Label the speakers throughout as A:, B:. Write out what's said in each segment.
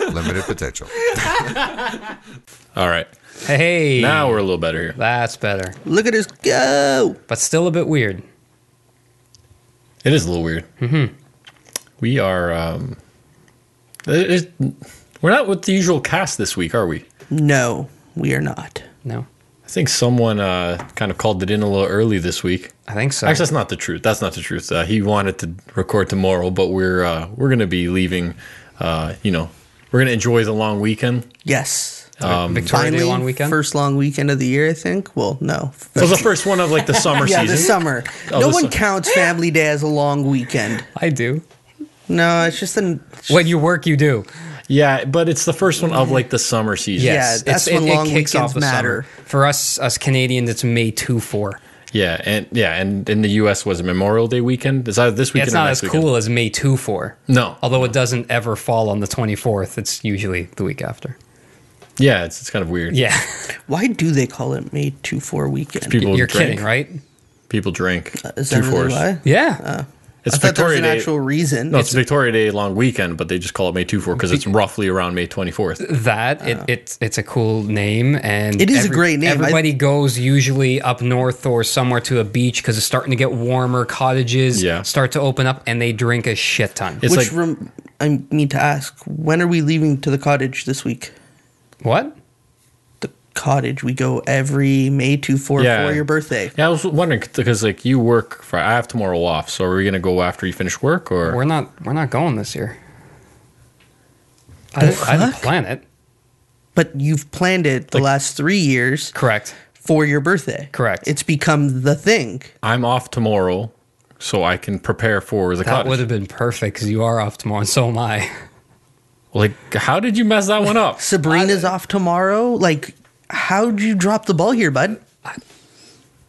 A: Limited potential.
B: All right.
C: Hey,
B: Now we're a little better here.
C: that's better,
A: Look at us go.
C: but still a bit weird.
B: It is a little weird. Mm-hmm. We are. Um, it- it- we're not with the usual cast this week, are we?
D: No, we are not.
C: No,
B: I think someone uh, kind of called it in a little early this week.
C: I think so.
B: Actually, that's not the truth. That's not the truth. Uh, he wanted to record tomorrow, but we're uh, we're gonna be leaving. Uh, you know, we're gonna enjoy the long weekend.
D: Yes.
B: Oh, Um,
C: Victoria Day
D: Finally,
C: long weekend.
D: first long weekend of the year, I think. Well, no.
B: So it's the first one of like the summer
D: yeah, the
B: season.
D: summer.
B: Oh,
D: no
B: the
D: one
B: sum-
D: counts Family Day as a long weekend.
C: I do.
D: No, it's just an.
C: When you work, you do.
B: Yeah, but it's the first one of like the summer season.
D: Yeah,
C: Yes,
D: that's
C: it's,
D: when
C: it,
D: long
C: it kicks off
D: weekends
C: the
D: matter.
C: summer. For us, us Canadians, it's May two four.
B: Yeah, and yeah, and in the U.S. was Memorial Day weekend. Is that this weekend?
C: It's
B: or
C: not
B: next
C: as
B: weekend?
C: cool as May two four.
B: No.
C: although it doesn't ever fall on the twenty fourth. It's usually the week after.
B: Yeah, it's, it's kind of weird.
C: Yeah,
D: Why do they call it May 2 4 weekend?
B: people
C: you're
B: drink.
C: kidding, right?
B: People drink.
D: Uh, Is that really
B: fours.
D: why?
C: Yeah,
D: Uh,
B: It's
D: I thought there was
B: Victoria
D: an
B: Day.
D: actual reason.
B: no, it's Victoria Day long weekend, but they just call it May 2 4 because it's roughly around May 24th.
C: that it, it's it's a cool name and
D: Ah. It is a great name. I-
C: everybody goes usually up north or somewhere to a beach because it's starting to get warmer cottages
B: Yeah.
C: start to open up and they drink a shit ton
B: It's
D: Which
B: like,
D: rem- I need to ask, when are we leaving to the cottage this week?
C: what
D: The cottage we go every May 2 4
B: Yeah.
D: for your birthday.
B: yeah, I was wondering because like you work for, I have tomorrow off. So are we going to go after you finish work or?
C: we're not we're not going this year I, didn't- I didn't
D: fuck?
C: plan it
D: But you've planned it the last three years
C: correct
D: for your birthday.
C: Correct.
D: It's become the thing.
B: I'm off tomorrow so I can prepare for the
C: that would
B: cottage.
C: have been perfect because you are off tomorrow and so am I
B: Like, how did you mess that one up?
D: Sabrina's off tomorrow. Like, how'd you drop the ball here, bud?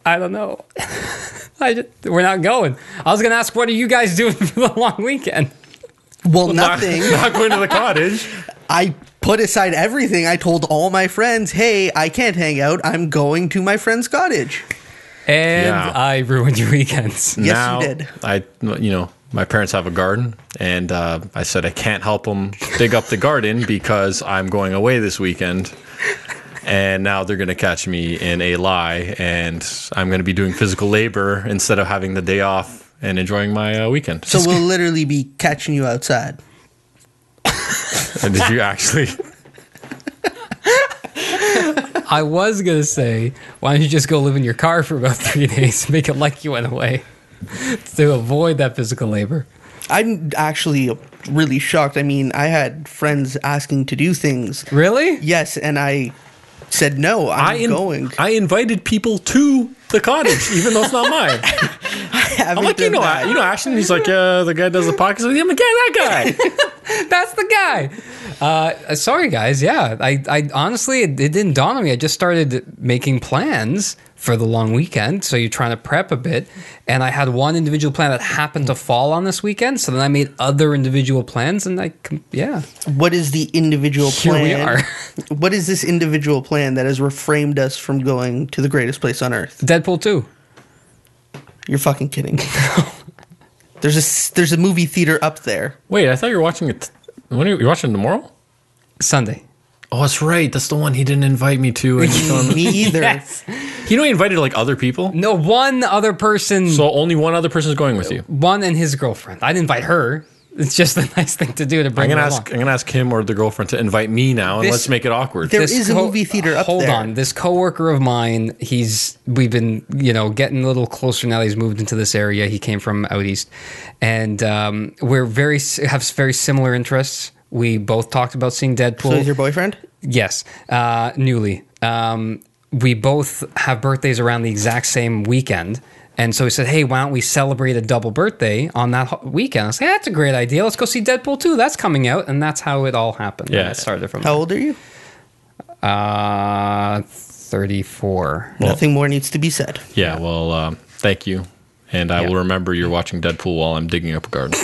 C: I don't know I just, we're not going I was gonna ask what are you guys doing for the long weekend
D: Well,
B: Not-
D: nothing.
B: not going to the cottage.
D: I put aside everything. I told all my friends, hey, I can't hang out. I'm going to my friend's cottage.
C: and
B: Yeah.
C: I ruined your weekends
D: Yes, you
B: now,
D: did.
B: I, you know, my parents have a garden, and uh, I said I can't help them dig up the garden because I'm going away this weekend. And now they're going to catch me in a lie, and I'm going to be doing physical labor instead of having the day off and enjoying my uh, weekend.
D: So we'll literally be catching you outside.
B: And did you actually?
C: I was gonna say, why don't you just go live in your car for about three days, make it like you went away, to avoid that physical labor.
D: I'm actually really shocked. I mean, I had friends asking to do things.
C: Really?
D: Yes, and I said no. I'm
B: in-
D: going.
B: I invited people to the cottage, even though it's not mine. I'm like, you know, I, you know, Ashton. He's like, yeah, the guy does the podcast. I'm like, yeah, that guy.
C: That's the guy. Uh, sorry, guys. Yeah, I, I honestly, it, it didn't dawn on me. I just started making plans for the long weekend. So you're trying to prep a bit, and I had one individual plan that happened to fall on this weekend. So then I made other individual plans, and I, com- yeah,
D: what is the individual
C: Here
D: plan?
C: we are.
D: what is this individual plan that has reframed us from going to the greatest place on earth?
C: Deadpool two.
D: You're fucking kidding. there's a s- there's a movie theater up there.
B: Wait, I thought you were watching it. When are you, you're watching it tomorrow?
C: Sunday.
B: Oh, that's right. That's the one he didn't invite me to. And he's on-
D: Me either.
B: you know, he invited like other people.
C: No, one other person.
B: So only one other person is going with you.
C: one and his girlfriend. I'd invite her. It's just a nice thing to do to
B: I'm
C: bring
B: gonna
C: her
B: ask.
C: along.
B: I'm gonna ask him or the girlfriend to invite me now, and
C: This-
B: let's make it awkward.
D: There is a movie theater up
C: hold
D: there.
C: on, this coworker of mine. He's we've been you know getting a little closer now. that He's moved into this area. He came from out east, and um, we're very s- have very similar interests. We both talked about seeing
D: So
C: Deadpool.
D: is your boyfriend?
C: Yes, uh, newly. Um, we both have birthdays around the exact same weekend. And so he said, hey, why don't we celebrate a double birthday on that ho- weekend? I said, that's a great idea. Let's go see Deadpool 2. That's coming out. And that's how it all happened.
B: Yeah.
C: It started from
D: How old are you?
C: uh, 34.
D: Nothing more needs to be said.
B: yeah. Well, um, thank you, and I will remember you're watching Deadpool while I'm digging up a garden.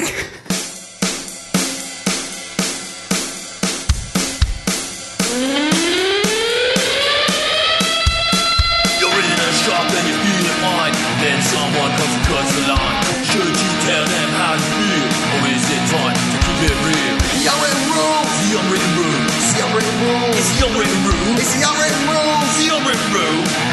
E: You're in a shop and you're feeling fine. Then someone comes and cuts along.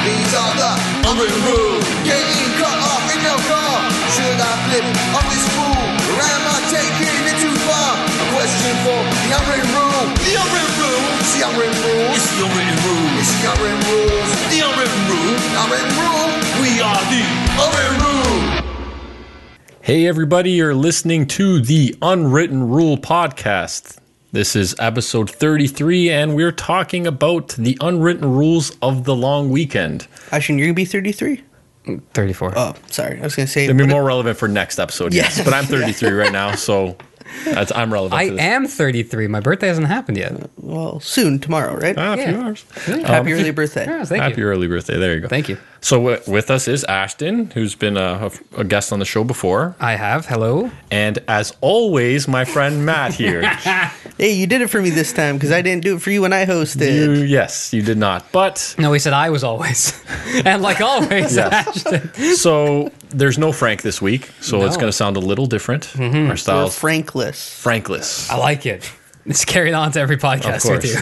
E: and rude. Getting cut off in the car. Should I flip on this fool? Or am I taking it too far? A question for the unwritten rule.
F: The unwritten rule.
E: It's the unwritten rule.
F: It's the unwritten rule.
E: It's the unwritten rules.
F: The unwritten rule.
E: Unwritten rule.
F: We are the.
E: Unwritten rule.
B: Hey, everybody, you're listening to the Unwritten Rule Podcast. This is episode 33, and we're talking about the unwritten rules of the long weekend.
D: Ashton, you're gonna be 33.
C: 34.
D: Oh, sorry, I was gonna say.
B: It'll be more relevant for next episode, yes. But I'm 33 right now, so that's, I'm relevant.
C: I
B: to this.
C: am 33. My birthday hasn't happened yet.
D: Well, soon tomorrow, right?
B: Ah, a few
C: yeah.
B: hours.
D: Happy early birthday.
C: Yes, thank
B: Happy
C: you.
B: early birthday. There you go.
C: Thank you.
B: So, w- with us is Ashton, who's been a, a- a guest on the show before.
C: I have. Hello.
B: And as always, my friend Matt here.
D: Hey, you did it for me this time because I didn't do it for you when I
B: You-
D: hosted.
B: yes, you did not. But
C: No, he said I was always. and like always,
B: Yes.
C: Ashton.
B: so there's no Frank this week, so it's
C: No.
B: going to sound a little different. Our
D: We're
B: style's
D: Frankless.
B: Frankless.
C: I like it. It's carried on to every podcast
B: course.
C: with you.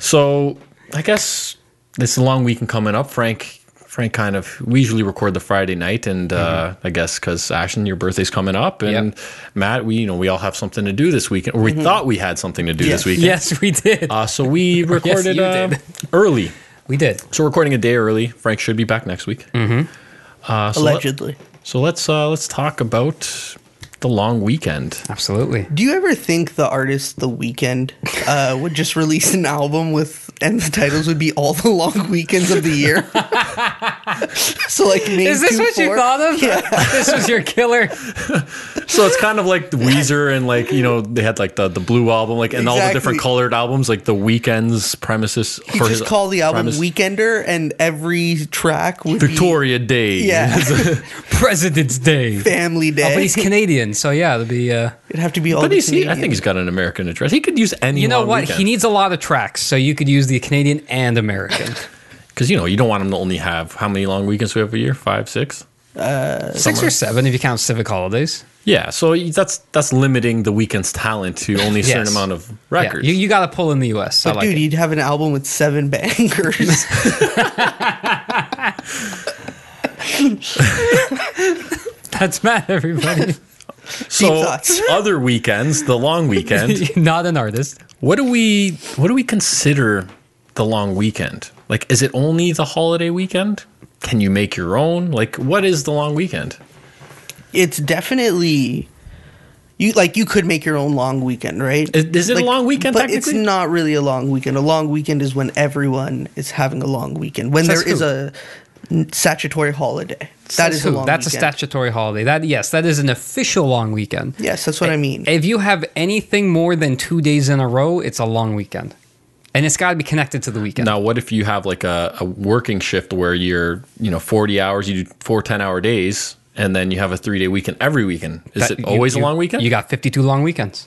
B: So I guess it's a long weekend coming up. Frank, Frank, kind of. We usually record the Friday night, and uh, I guess because Ashton, your birthday's coming up, and Matt, we you know we all have something to do this weekend, or we thought we had something to do
D: Yes.
B: this weekend.
C: Yes, we did.
B: Uh, so we recorded
C: you
B: uh,
C: did.
B: early.
C: we did.
B: So we're recording a day early. Frank should be back next week.
D: Mm.
B: Mm-hmm. Uh, so, let-
D: Allegedly.
B: so let's uh, let's talk about the long weekend.
C: Absolutely.
D: Do you ever think the artist The Weeknd uh, would just release an album with and the titles would be all the long weekends of the year? so like May
C: Is this
D: two,
C: what you
D: four-
C: thought of? this was your killer.
B: So it's kind of like the Weezer and like you know they had like the, the blue album like and all the
D: Exactly.
B: different colored albums like the Weekends premises
D: You just call the album Weekender, and every track would
B: Victoria Day.
D: be yeah
C: President's Day.
D: Family
C: Oh,
D: Day.
C: but he's Canadian, so yeah, it'll be. Uh,
D: It'd have to be all.
B: But
D: the
B: he's, he, I
D: Canadian.
B: think he's got an American address. He could use any.
C: you know what? He needs a lot of tracks, so you could use the Canadian and American.
B: because you know you don't want him to only have how many long weekends we have a year? Five, six.
C: Six or seven if you count civic holidays.
B: Yeah, so y- that's that's limiting the weekend's talent to only a certain
C: Yes.
B: amount of
C: Yeah,
B: records.
C: you you got to pull in the U.S. I
D: But
C: like
D: dude,
C: it.
D: you'd have an album with seven bangers.
C: That's Matt, everybody.
B: so
D: thoughts.
B: other weekends, the long weekend.
C: Not an artist.
B: what do we what do we consider the long weekend? Like, is it only the holiday weekend? Can you make your own? Like, what is the long weekend?
D: it's definitely you like you could make your own long weekend, right?
B: Is- is it a
D: Like,
B: long weekend
D: But it's
B: technically?
D: not really a long weekend. A long weekend is when everyone is having a long weekend. When
C: Says
D: there is
C: who?
D: a n- statutory holiday. That is
C: That's
D: a
C: who-
D: long
C: That's
D: weekend.
C: a statutory holiday. That yes, that is an official long weekend.
D: Yes, that's what I mean.
C: If you have anything more than two days in a row, it's a long weekend, and it's got to be connected to the weekend.
B: Now, what if you have like a, a working shift where you're, you know, 40 hours, you do four 10 hour days, and then you have a three day weekend every weekend? Is
C: That-
B: it
C: you-
B: always
C: you-
B: a long weekend?
C: You got 52 long weekends.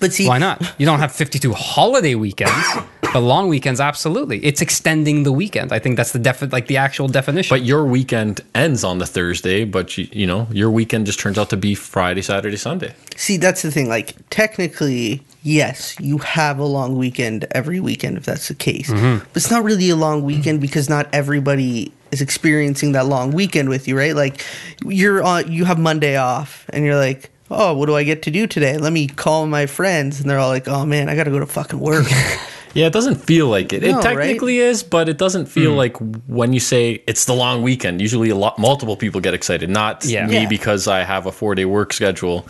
D: but see,
C: Why not? You don't have 52 holiday weekends, but long weekends, absolutely. It's extending the weekend. I think that's the defi- like the actual definition.
B: but your weekend ends on the Thursday, but you, you know, your weekend just turns out to be Friday, Saturday, Sunday.
D: See, that's the thing. Like, technically, yes, you have a long weekend every weekend if that's the case. But it's not really a long weekend because not everybody is experiencing that long weekend with you, right? Like, you're on, you have Monday off, and you're like, oh, what do I get to do today? Let me call my friends, and they're all like, oh man, I got to go to fucking work.
B: Yeah, it doesn't feel like it.
D: No,
B: it
D: right?
B: technically is, but it doesn't feel like when you say it's the long weekend. Usually, a lot multiple people get excited, not
C: Yeah.
B: me
D: Yeah.
B: because I have a four day work schedule.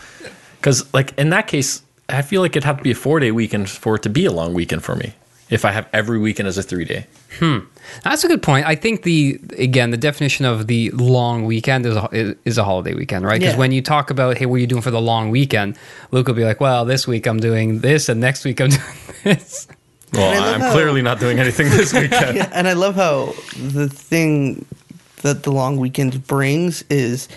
B: Because, like in that case, I feel like it'd have to be a four day weekend for it to be a long weekend for me. If I have every weekend as a three day,
C: that's a good point. I think the again the definition of the long weekend is a, is- is a holiday weekend, right? Because
D: Yeah.
C: when you talk about hey, what are you doing for the long weekend? Luke will be like, well, this week I'm doing this, and next week I'm doing this.
B: well,
D: I love
B: I'm
D: how-
B: clearly not doing anything this weekend.
D: and I love how the thing that the long weekend brings is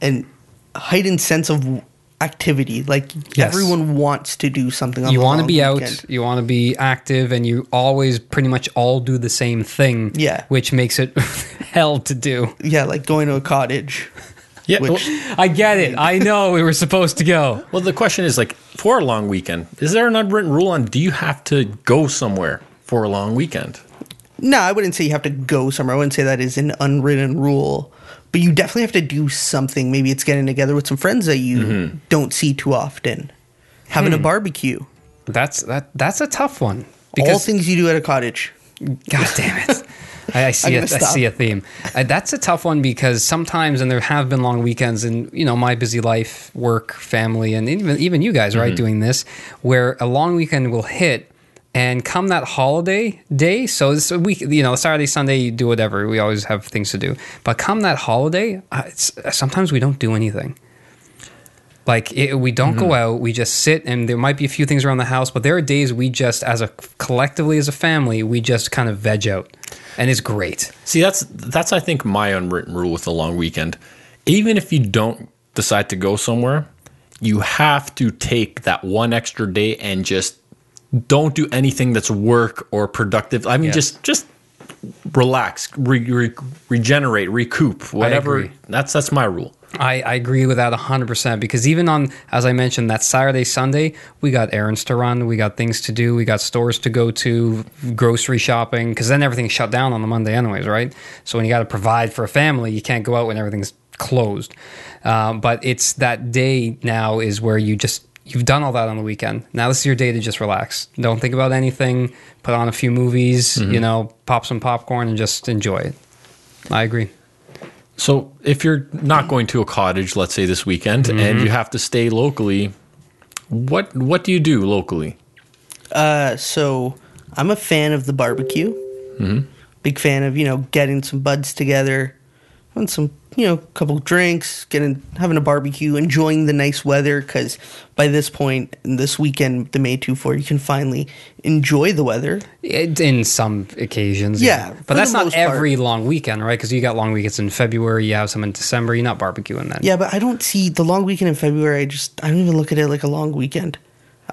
D: an heightened sense of activity. Like
C: Yes.
D: everyone wants to do something. On
C: you
D: want
C: want to be out, you want to be active, and you always pretty much all do the same thing.
D: Yeah.
C: which makes it hell to do.
D: Yeah, like going to a cottage.
B: Yeah,
D: Which-
B: well-
C: I get it. I know we were supposed to go.
B: Well, the question is like for a long weekend, is there an unwritten rule on do you have to go somewhere for a long weekend?
D: No, I wouldn't say you have to go somewhere. I wouldn't say that is an unwritten rule, but you definitely have to do something. Maybe it's getting together with some friends that you
C: Mm-hmm.
D: don't see too often, having a
C: Hmm.
D: barbecue,
C: That's that. That's a tough one
D: all
C: because
D: things you do at a cottage.
C: God damn it. I, I see. A,
D: I'm
C: I
D: gonna stop.
C: see a theme. Uh, that's a tough one because sometimes, and there have been long weekends, in you know my busy life, work, family, and even even you guys,
D: Mm-hmm.
C: right, doing this, where a long weekend will hit, and come that holiday day. So this week, you know, Saturday, Sunday, you do whatever. We always have things to do, but come that holiday, uh, it's, sometimes we don't do anything. Like it, we don't go out, we just sit, and there might be a few things around the house, but there are days we just, as a collectively as a family, we just kind of veg out, and it's great.
B: See, that's that's I think my unwritten rule with the long weekend. Even if you don't decide to go somewhere, you have to take that one extra day and just don't do anything that's work or productive. I mean,
C: Yes.
B: just just relax, re- re- regenerate, recoup, whatever.
C: agree.
B: That's that's my rule.
C: I, I agree with that 100% because even on, as I mentioned, that Saturday, Sunday, we got errands to run, we got things to do, we got stores to go to, grocery shopping, because then everything's shut down on the Monday, anyways, right? So when you got to provide for a family, you can't go out when everything's closed. Um, but it's that day now is where you just, you've done all that on the weekend. Now this is your day to just relax. Don't think about anything, put on a few movies, you know, pop some popcorn and just enjoy it. I agree.
B: So if you're not going to a cottage, let's say this weekend, and
D: Mm-hmm.
B: you have to stay locally, what what do you do locally?
D: Uh, so I'm a fan of the barbecue.
C: Mm-hmm.
D: Big fan of you know getting some buds together, and some you know couple drinks, getting having a barbecue, enjoying the nice weather. Because by this point, and this weekend, the May two four, you can finally enjoy the weather.
C: It, in some occasions,
D: Yeah, for
C: but that's
D: the
C: not
D: most part.
C: every long weekend, right? Because you got long weekends in February, you have some in December. You're not barbecuing then.
D: Yeah, but I don't see the long weekend in February. I just I don't even look at it like a long weekend.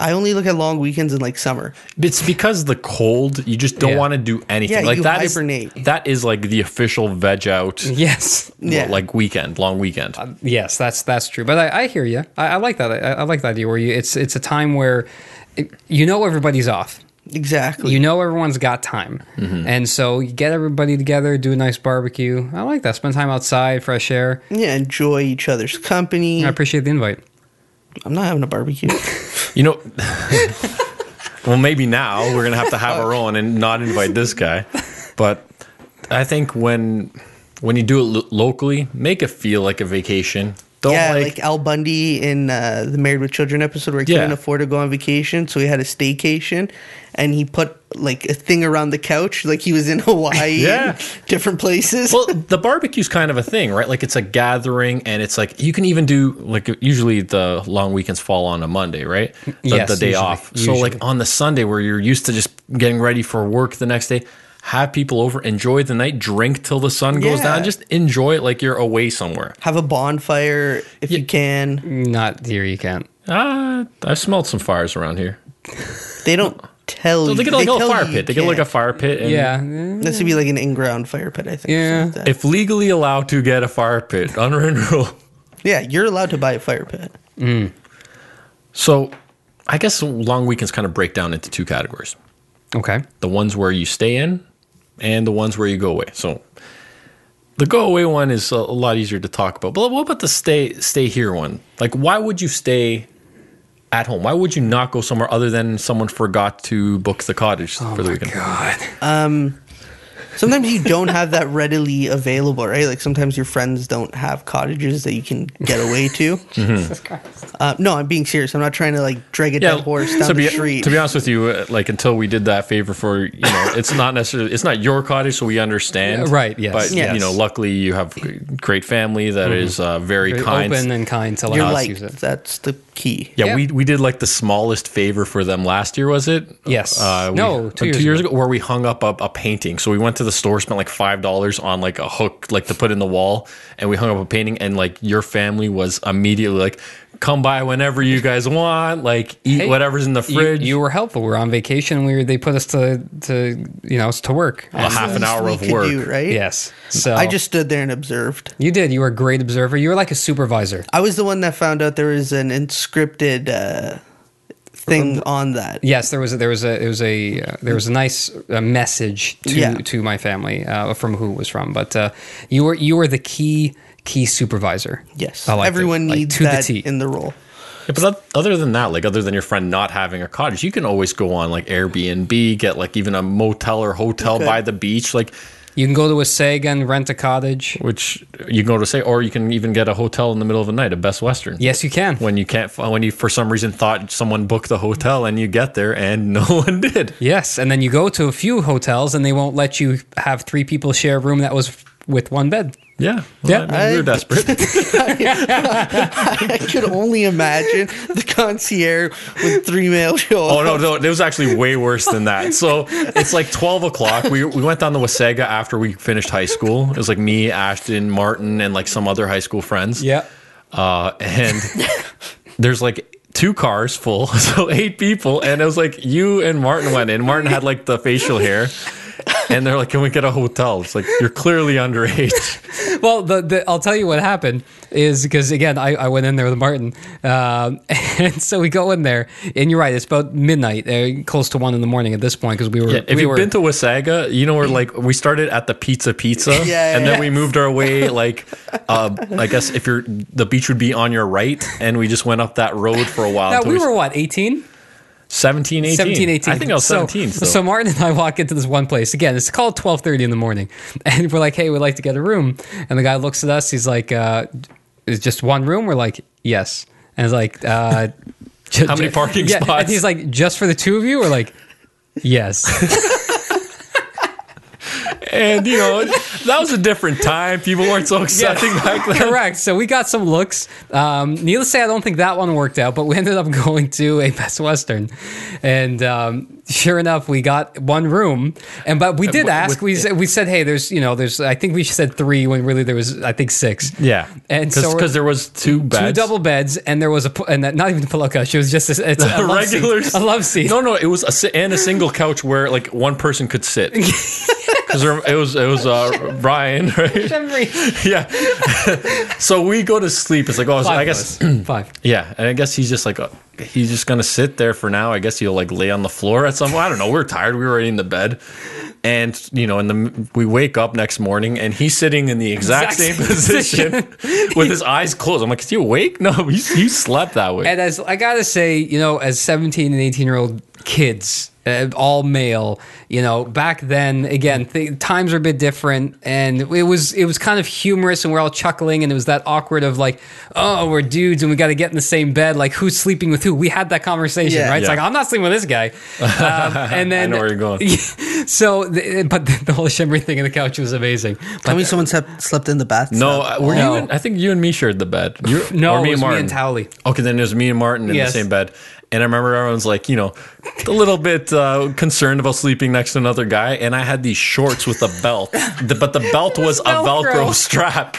D: I only look at long weekends in like summer.
B: It's because the cold. You just don't
C: Yeah.
B: want to do anything.
D: Yeah,
B: like
D: you
B: that is-
D: hibernate.
B: that is like the official veg out.
C: Yes,
D: Yeah. Um.
B: Like weekend, long weekend.
C: yes, that's that's true. But I, I hear you. I, I like that. I, I like that idea where you, it's it's a time where it, you know everybody's off.
D: Exactly.
C: You know everyone's got time,
D: Mm-hmm.
C: and so you get everybody together, do a nice barbecue. I like that. Spend time outside, fresh air.
D: yeah, enjoy each other's company.
C: I appreciate the invite.
D: I'm not having a barbecue.
B: You know. well, maybe now we're gonna have to have our own and not invite this guy. But I think when when you do it lo- locally, make it feel like a vacation. Don't
D: yeah,
B: like,
D: like, Al Bundy in uh, the Married with Children episode where he
B: Yeah.
D: couldn't afford to go on vacation, so he had a staycation, and he put like a thing around the couch, like he was in Hawaii,
B: Yeah.
D: and different places.
B: well, the barbecue's kind of a thing, right? Like it's a gathering, and it's like you can even do like usually the long weekends fall on a Monday, right? The,
C: Yes,
B: the day
C: usually,
B: off. So
C: usually.
B: like on the Sunday where you're used to just getting ready for work the next day, have people over, enjoy the night, drink till the sun goes
D: Yeah.
B: down, just enjoy it like you're away somewhere.
D: Have a bonfire if you can.
C: Not here, you can't.
B: Ah, I've smelled some fires around here.
D: They don't tell.
B: So
D: you.
B: they get like a
D: tell
B: fire
D: you
B: pit. They get like a
D: can't.
B: fire pit. And
C: Yeah, eh,
D: This would be like an in-ground fire pit, I think.
C: Yeah.
D: Yeah. Like
B: If legally allowed to get a fire pit, unwritten rule.
D: that. yeah, you're allowed to buy a fire pit.
B: So, I guess long weekends kind of break down into two categories.
C: okay.
B: the ones where you stay in and the ones where you go away. So the go away one is a, a lot easier to talk about. But what about the stay stay here one? Like why would you stay at home? Why would you not go somewhere other than someone forgot to book the cottage for the weekend?
C: Oh God.
D: Sometimes you don't have that readily available, right? Like sometimes your friends don't have cottages that you can get away to.
B: Mm-hmm.
C: Jesus Christ.
D: Uh, no, I'm being serious. I'm not trying to like drag a dead horse down
B: to
D: the
B: be
D: street.
B: to be honest with you, uh, like until we did that favor for you know, it's not necessarily it's not your cottage, so we understand,
C: Yeah, right, yes.
B: But you
D: Yes.
B: know, luckily you have great family that is uh, very,
C: Very
B: kind,
C: open and kind to let
D: You're
C: us
D: like
C: use it.
D: that's the key.
B: Yeah,
C: Yeah.
B: We, we did like the smallest favor for them last year, was it?
C: Yes.
B: Uh, we-
C: No, two
B: uh,
C: years ago.
B: where we hung up a, a painting. So we went to the store, spent like five dollars on like a hook, like to put in the wall, and we hung up a painting. And like your family was immediately like, "Come by whenever you guys want, like eat
C: Hey,
B: whatever's in the
C: You-
B: fridge."
C: You, were helpful. We were on vacation. We were, they put us to, to you know to work.
B: a half an
D: Least
B: hour
D: we
B: of
D: could
B: work.
D: do, right?
C: Yes. So
D: I just stood there and observed.
C: you did. You were a great observer. You were like a supervisor.
D: I was the one that found out there was an inscripted uh,
B: Um,
D: thing on that.
C: Yes, there was a, there was a it was a uh, there was a nice uh, message to
D: Yeah.
C: to my family uh, from who it was from. But uh, you were you were the key key supervisor.
D: Yes,
C: I liked it.
D: everyone
C: Like,
D: needs
C: to
D: that
C: the T.
D: in the role.
B: Yeah, but that, other than that, like other than your friend not having a cottage, you can always go on like Airbnb, get like even a motel or hotel
D: Okay.
B: by the beach, like
C: you can go to a Sagan, rent a cottage.
B: which you can go to say, or you can even get a hotel in the middle of the night at Best Western.
C: Yes, you can.
B: When you can't, fi- when you for some reason thought someone booked the hotel and you get there and no one did.
C: yes, and then you go to a few hotels and they won't let you have three people share a room that was with one bed.
B: Yeah.
C: Yeah.
B: I mean, we were
D: I-
B: desperate.
D: I could only imagine the concierge with three male show.
B: oh,
D: up.
B: no, no. It was actually way worse than that. So it's like 12 o'clock. We, we went down to Wasaga after we finished high school. It was like me, Ashton, Martin, and like some other high school friends. Uh, and there's like two cars full, so eight people. And it was like you and Martin went in. Martin had like the facial hair. And they're like, can we get a hotel? It's like, you're clearly underage.
C: Well, the, the I'll tell you what happened is because again I, I went in there with Martin, um, and so we go in there, and you're right, it's about midnight, uh, close to one in the morning at this point because we were
B: Yeah, if
C: we
B: you've
C: were
B: been to Wasaga, you know we're like we started at the Pizza Pizza,
D: Yeah,
B: and then
D: yeah.
B: we moved our way like uh, I guess if you're the beach would be on your right, and we just went up that road for a while.
C: now
B: until
C: we were what 18
B: 17, 18.
C: 17 18
B: I think I was
C: so,
B: 17. still.
C: so martin and i walk into this one place again it's called 12.30 in the morning and we're like hey we'd like to get a room and the guy looks at us he's like uh, is just one room we're like yes and he's like uh, ju-
B: How many
C: ju-
B: parking
C: yeah, and
B: spots?
C: he's like just for the two of you we're like yes
B: and you know that was a different time. People weren't so accepting back then.
C: correct so we got some looks um, needless to say i don't think that one worked out but we ended up going to a best western and um, sure enough we got one room and but we did
B: Uh, with-
C: ask we,
B: with-
C: said, we said hey there's you know there's i think we said three when really there was i think six
B: Yeah,
C: And so we're-
B: because there was two
C: two
B: beds.
C: double beds and there was a pu- and that, not even a pillow couch it was just a, it's a,
B: a
C: love seat,
B: regular
C: a love seat
B: No, no, it was a si- and a single couch where like one person could sit. Because it was it was uh, Brian, right? yeah. so we go to sleep. It's like, oh, so I guess,
C: five
B: yeah. And I guess he's just like, uh, he's just gonna sit there for now. I guess he'll like lay on the floor at some. I don't know. We We're tired. We were already in the bed, and you know, and the we wake up next morning, and he's sitting in the exact,
C: Exact
B: same position with his eyes closed. I'm like, is he awake? No, you, you slept that way.
C: And as I gotta say, you know, as 17 and 18 year old kids, uh, all male, you know, back then, again, th- times are a bit different, and it was it was kind of humorous, and we're all chuckling, and it was that awkward of like, oh, we're dudes, and we got to get in the same bed, like who's sleeping with who? We had that conversation,
D: Yeah.
C: right? It's
B: Yeah.
C: like I'm not sleeping with this guy, um, and
B: I
C: then
B: know where you're going.
C: so, the, but the, the whole shimmery thing in the couch was amazing.
D: Tell
C: But uh,
D: me someone slept, slept in the bathtub.
B: No, uh, were
C: No.
B: you? And, I think you and me shared the bed. You,
C: no,
B: or me
C: it was me
B: and Martin.
C: and Towley.
B: Okay, then it was me and Martin in
C: Yes.
B: the same bed, and I remember everyone's like, you know, a little bit uh, concerned about sleeping next to another guy, and I had these shorts with a belt, the, but the belt was a
C: Velcro.
B: Velcro, strap.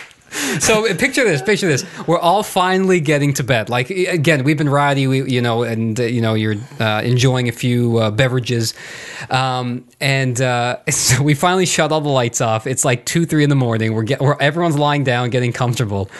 C: So uh, picture this, picture this. We're all finally getting to bed. Like i- again, we've been riding, we, you know, and uh, you know, you're uh, enjoying a few uh, beverages, um, and uh, so we finally shut all the lights off. It's like two, three in the morning. We're get, we're everyone's lying down, getting comfortable.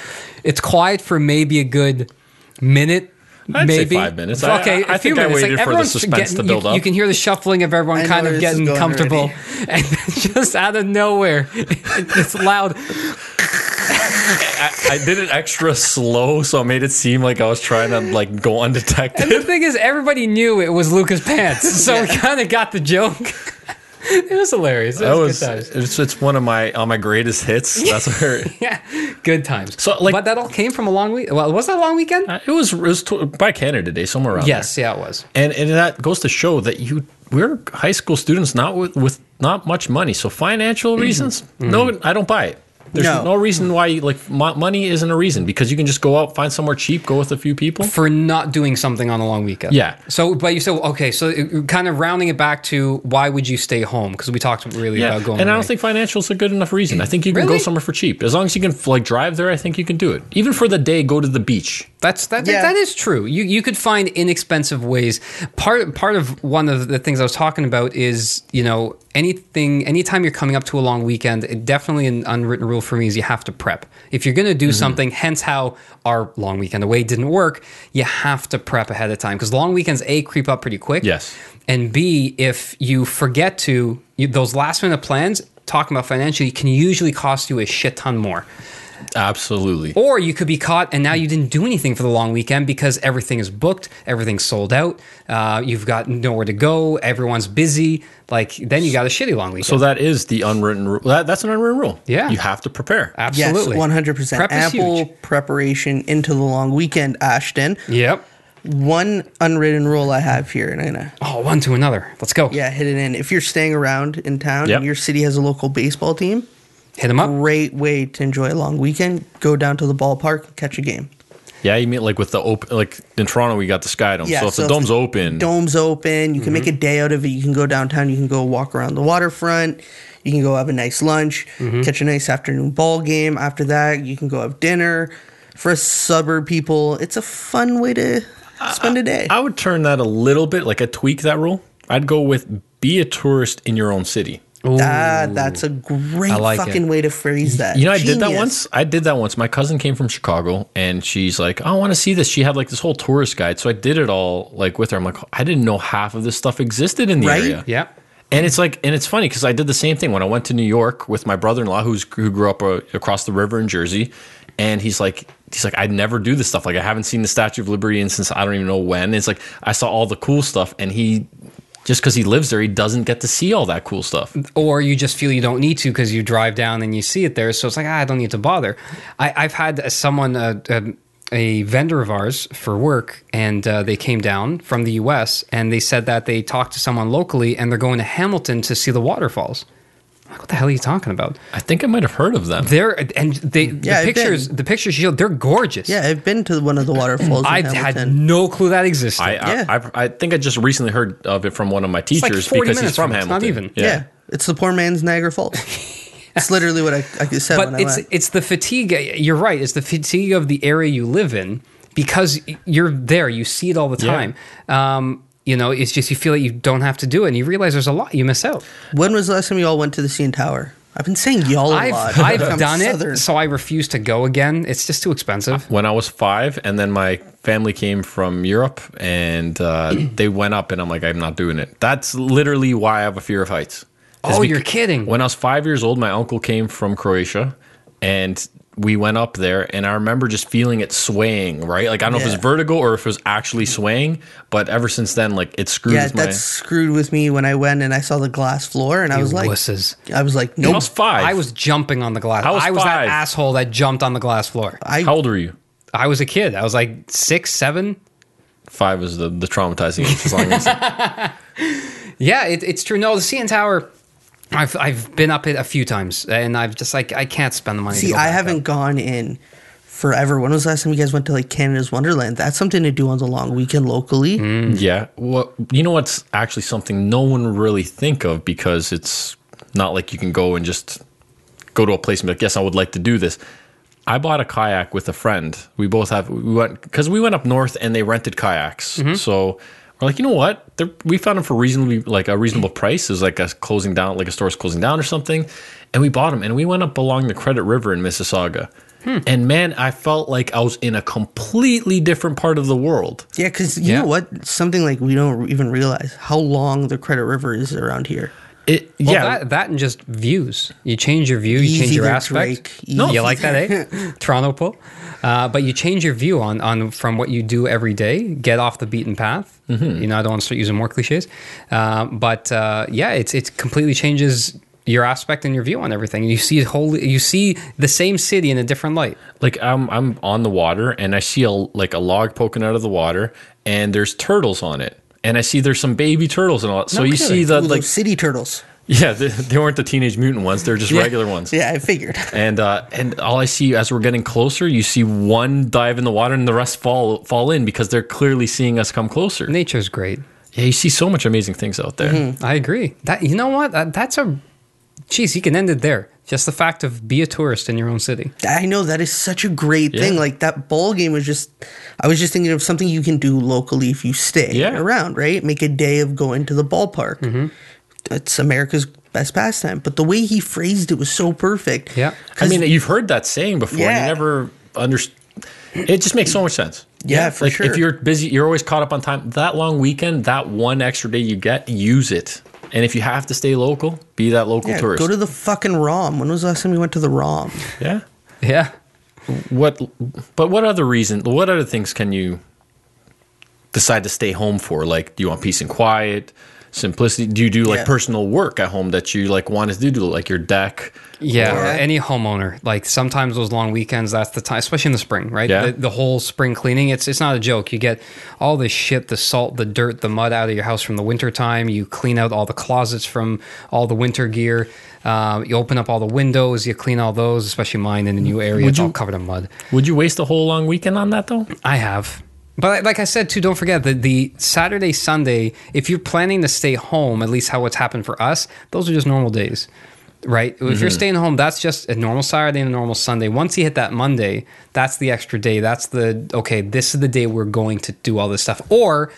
C: It's quiet for maybe a good minute.
B: I'd say
C: maybe
B: five minutes. I- I- I think I waited for the
C: everyone's
B: suspense
C: getting-
B: to build
C: you,
B: up.
C: You can hear the shuffling of everyone
D: I know
C: kind
D: where
C: of
D: this is
C: getting
D: going
C: comfortable,
D: already.
C: and then just out of nowhere, it's loud.
B: I, I did it extra slow, so I made it seem like I was trying to like go undetected.
C: The thing is, everybody knew it was Luca's pants, so we kind of got the joke. it was hilarious. It
B: That
C: was,
B: was
C: good times.
B: it's, it's one of my on my greatest hits. That's where it
C: Yeah, good times.
B: So, like- Uh,
C: but that all came from a long week. Well, was that a long weekend?
B: was. It was tw- by Canada Day somewhere around. there.
C: yes, yeah, it was.
B: and and that goes to show that you we're high school students not with, with not much money so financial reasons no i don't buy it there's
D: Mm-hmm. No.
B: no, reason why like mo- money isn't a reason because you can just go out find somewhere cheap go with a few people
C: For not doing something on a long weekend.
B: Yeah.
C: So, but you said okay. So, it- kind of rounding it back to why would you stay home? Because we talked really
B: yeah
C: about going.
B: and i don't
C: away.
B: think financial's a good enough reason i think you can
C: Really?
B: go somewhere for cheap as long as you can like drive there i think you can do it even for the day go to the beach
C: That's that,
D: Yeah.
C: that is true. You you could find inexpensive ways. Part part of one of the things I was talking about is, you know, anything anytime you're coming up to a long weekend, it definitely an unwritten rule for me is you have to prep. If you're going to do something, hence how our long weekend away didn't work, you have to prep ahead of time cuz long weekends a creep up pretty quick.
B: Yes.
C: And B, if you forget to you, those last minute plans, talking about financially, can usually cost you a shit ton more.
B: Absolutely.
C: Or you could be caught and now you didn't do anything for the long weekend because everything is booked, everything's sold out, uh, you've got nowhere to go, everyone's busy. Like, then you got a shitty long weekend.
B: So that is the unwritten rule. That, that's an unwritten rule.
C: Yeah.
B: You have to prepare.
C: Absolutely.
D: Yes, 100%.
C: Prep is
D: Ample
C: huge.
D: preparation into the long weekend, Ashton.
C: Yep.
D: One unwritten rule I have here, and I'm going to
C: Oh, one to another. Let's go.
D: yeah, hit it in. If you're staying around in town
B: Yep.
D: and your city has a local baseball team,
C: Hit them up.
D: great way to enjoy a long weekend. Go down to the ballpark and catch a game.
B: Yeah, you mean like with the open, like in Toronto, we got the Sky Dome.
D: Yeah,
B: so if
D: so
B: the
D: if
B: dome's
D: the
B: open, Mm-hmm.
D: Dome's open. You can make a day out of it. You can go downtown. You can go walk around the waterfront. You can go have a nice lunch,
B: Mm-hmm.
D: catch a nice afternoon ball game. After that, you can go have dinner. For us suburb people, it's a fun way to spend a day.
B: I would turn that a little bit, like a tweak that rule. I'd go with be a tourist in your own city.
D: Ah, that's a great
C: I like
D: fucking
C: it.
D: way to phrase that.
B: You know, I did that
D: Genius.
B: once. I did that once. My cousin came from Chicago and she's like, I want to see this. She had like this whole tourist guide. So I did it all like with her. I'm like, I didn't know half of this stuff existed in the
D: Right?
B: area.
C: Yeah.
B: And it's like, and it's funny because I did the same thing when I went to New York with my brother-in-law, who's who grew up uh, across the river in Jersey, and he's like, he's like, I never do this stuff. Like, I haven't seen the Statue of Liberty in since I don't even know when. It's like I saw all the cool stuff, and he just because he lives there, he doesn't get to see all that cool stuff.
C: or you just feel you don't need to because you drive down and you see it there. So it's like, ah, I don't need to bother. I, I've had uh, someone, uh, um, a vendor of ours for work, and uh, they came down from the US and they said that they talked to someone locally and they're going to Hamilton to see the waterfalls. I'm Like, what the hell are you talking about?
B: I think I might have heard of them.
C: They're and they
D: Yeah, I've
C: the pictures the pictures you they're gorgeous.
D: Yeah, I've been to one of the waterfalls. in
C: I had
D: Hamilton.
C: no clue that existed.
B: I,
D: Yeah.
B: I, I I think I just recently heard of it from one of my
C: like
B: teachers
C: 40
B: because he's
C: minutes
B: from
C: from us, not
B: Hamilton.
C: even.
D: Yeah. it's the poor man's Niagara Falls. it's literally what I, I said when
C: but
D: I
C: it's
D: went.
C: it's the fatigue. You're right. It's the fatigue of the area you live in because you're there. You see it all the
B: Yeah.
C: time. Um, you know, it's just you feel like you don't have to do it, and you realize there's a lot you miss out.
D: When was the last time you all went to the CN Tower? I've been saying y'all a
C: I've
D: lot.
C: I've
D: I'm
C: done
D: Southern.
C: it, so I refuse to go again. It's just too expensive.
B: when I was five, and then my family came from Europe, and uh, they went up, and I'm like, I'm not doing it. That's literally why I have a fear of heights. Is
C: Oh,
B: bec-
C: you're kidding.
B: When I was five years old, my uncle came from Croatia, and we went up there, and I remember just feeling it swaying, right? Like I don't know if it
D: Yeah.
B: was vertigo or if it was actually swaying, but ever since then, like it screwed
D: Yeah,
B: with my.
D: that screwed with me when I went and I saw the glass floor and I was like,
C: wusses.
D: I was like,
B: I
D: nope.
B: was five.
C: I was jumping on the glass.
B: I was
C: that
B: five.
C: asshole that jumped on the glass floor.
D: I-
B: How old were you?
C: I was a kid. I was like six, seven.
B: Five was the, the traumatizing age. As long as
C: Yeah, it, it's true. No, the CN Tower. I've I've been up it a few times, and I've just like I can't spend the money. to
D: See,
C: go
D: I
C: back
D: haven't
C: up.
D: gone in forever. When was the last time you guys went to like Canada's Wonderland? That's something to do on the long weekend locally.
C: Mm-hmm.
B: Yeah. What you know what's actually something no one really think of because it's not like you can go and just go to a place and be like, yes, I would like to do this. I bought a kayak with a friend. We both have we went because we went up north and they rented kayaks.
C: Mm-hmm.
B: So we're like, you know what? They're, we found them for reasonably like a reasonable price. It was like a closing down, like a store's closing down or something. And we bought them and we went up along the Credit River in Mississauga.
C: Hmm.
B: And man, I felt like I was in a completely different part of the world.
D: Yeah, because you
C: Yeah.
D: know what? Something like we don't even realize how long the Credit River is around here.
B: It
C: Well,
B: yeah,
C: that, that and just views. You change your view, you change
D: Easy
C: your
D: there,
C: aspect.
D: Drake. No.
C: you like that, eh? Toronto pull, uh, but you change your view on on from what you do every day. Get off the beaten path. You know, I don't want to start using more cliches, Um but uh, yeah, it's it completely changes your aspect and your view on everything. You see whole, you see the same city in a different light.
B: like I'm I'm on the water and I see a like a log poking out of the water and there's turtles on it. And I see there's some baby turtles and all that. So you see the
D: Ooh,
B: like
D: those city turtles.
B: yeah, they, they weren't the teenage mutant ones, they're just regular ones.
D: Yeah, I figured.
B: And uh, and all I see as we're getting closer, you see one dive in the water and the rest fall fall in because they're clearly seeing us come closer.
C: Nature's great.
B: Yeah, you see so
D: Mm-hmm.
B: much amazing things out there.
C: I agree. That you know what? That, that's a. Uh, Geez, you can end it there. Just the fact of be a tourist in your own city.
D: I know that is such a great thing.
B: Yeah.
D: Like that ball game was just, I was just thinking of something you can do locally if you stay
B: Yeah. Mm-hmm.
D: around, right? Make a day of going to the ballpark. It's America's best pastime. But the way he phrased it was so perfect.
C: Yeah.
B: I
D: 'Cause-
B: mean, you've heard that saying before. And
D: Yeah.
B: you never understand. It just makes so much sense.
D: Yeah, for
B: like
D: sure.
B: if you're busy, you're always caught up on time. That long weekend, that one extra day you get, use it. And if you have to stay local, be that local
D: yeah,
B: tourist.
D: go to the fucking ROM. When was the last time you went to the ROM?
B: yeah.
C: Yeah.
B: What? But what other reason? What other things can you decide to stay home for? Like, do you want peace and quiet, simplicity? Do you do like
D: Yeah.
B: personal work at home that you like want to do, do like your deck?
C: Yeah,
D: Or-
C: any homeowner. Like sometimes those long weekends, that's the time, especially in the spring, right?
B: Yeah.
C: The, the whole spring cleaning, it's it's not a joke. You get all the shit, the salt, the dirt, the mud out of your house from the winter time. You clean out all the closets from all the winter gear. Um, you open up all the windows. You clean all those, especially mine in the new area. it's all covered in mud.
B: Would you waste a whole long weekend on that though?
C: I have. But like I said too, don't forget that the Saturday, Sunday, if you're planning to stay home, at least how it's happened for us, those are just normal days. Right? If you're staying home, that's just a normal Saturday and a normal Sunday. Once you hit that Monday, that's the extra day. That's the okay, this is the day we're going to do all this stuff. Or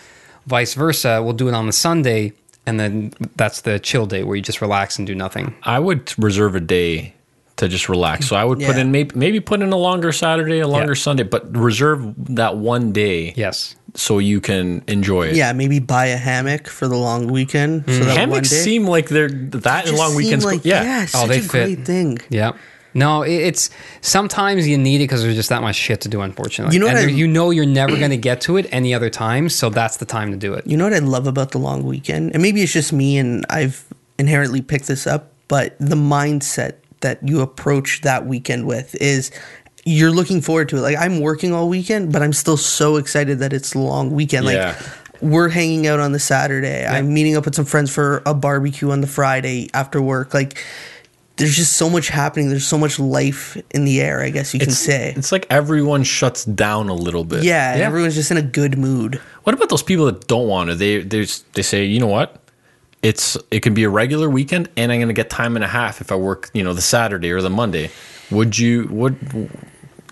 C: vice versa, we'll do it on the Sunday and then that's the chill day where you just relax and do nothing.
B: I would reserve a day to just relax. So I would put
D: Yeah.
B: in maybe maybe put in a longer Saturday, a longer
C: Yeah.
B: Sunday, but reserve that one day
C: Yes.
B: so you can enjoy it.
D: Yeah, maybe buy a hammock for the long weekend. So that one
B: Mm-hmm. Hammocks
D: day.
B: seem like they're that
D: Just
B: long
D: seem
B: weekends.
D: Like,
B: yeah. Oh,
D: yeah. such
C: they
D: a great
C: fit.
D: thing.
C: Yeah. No, it, it's sometimes you need it because there's just that much shit to do, unfortunately.
D: You know
C: and
D: what I-
C: there- you know you're never going to get to it any other time, so that's the time to do it.
D: You know what I love about the long weekend? And maybe it's just me and I've inherently picked this up, but the mindset that you approach that weekend with is you're looking forward to it. Like I'm working all weekend, but I'm still so excited that it's the long weekend. Like
B: Yeah.
D: we're hanging out on the Saturday. I'm meeting up with some friends for a barbecue on the Friday after work. Like there's just so much happening. There's so much life in the air, I guess you can say.
B: It's like everyone shuts down a little bit.
D: yeah, and
C: Yeah.
D: everyone's just in a good mood.
B: What about those people that don't want to? They there's they say, you know what? It's it can be a regular weekend, and I'm going to get time and a half if I work, you know, the Saturday or the Monday. Would you? Would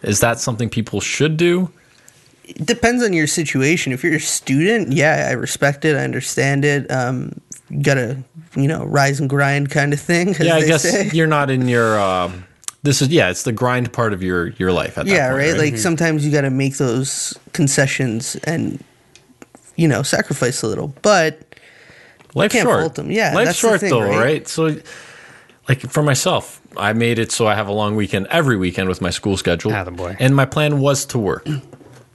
B: is that something people should do?
D: depends on your situation. If you're a student, yeah, I respect it. I understand it. Um, gotta, you know, rise and grind kind of thing. as
B: yeah, I
D: they
B: guess
D: say.
B: you're not in your. Um, this is yeah, it's the grind part of your your life at that
D: Yeah,
B: point, Mm-hmm.
D: right. Like sometimes you gotta make those concessions and, you know, sacrifice a little. But
B: Life's
D: can't
B: short.
D: fault 'em. Yeah,
B: life's
D: that's the
B: short
D: thing,
B: though,
D: right?
B: right? So, like for myself, I made it so I have a long weekend every weekend with my school schedule.
C: Attaboy.
B: And my plan was to work.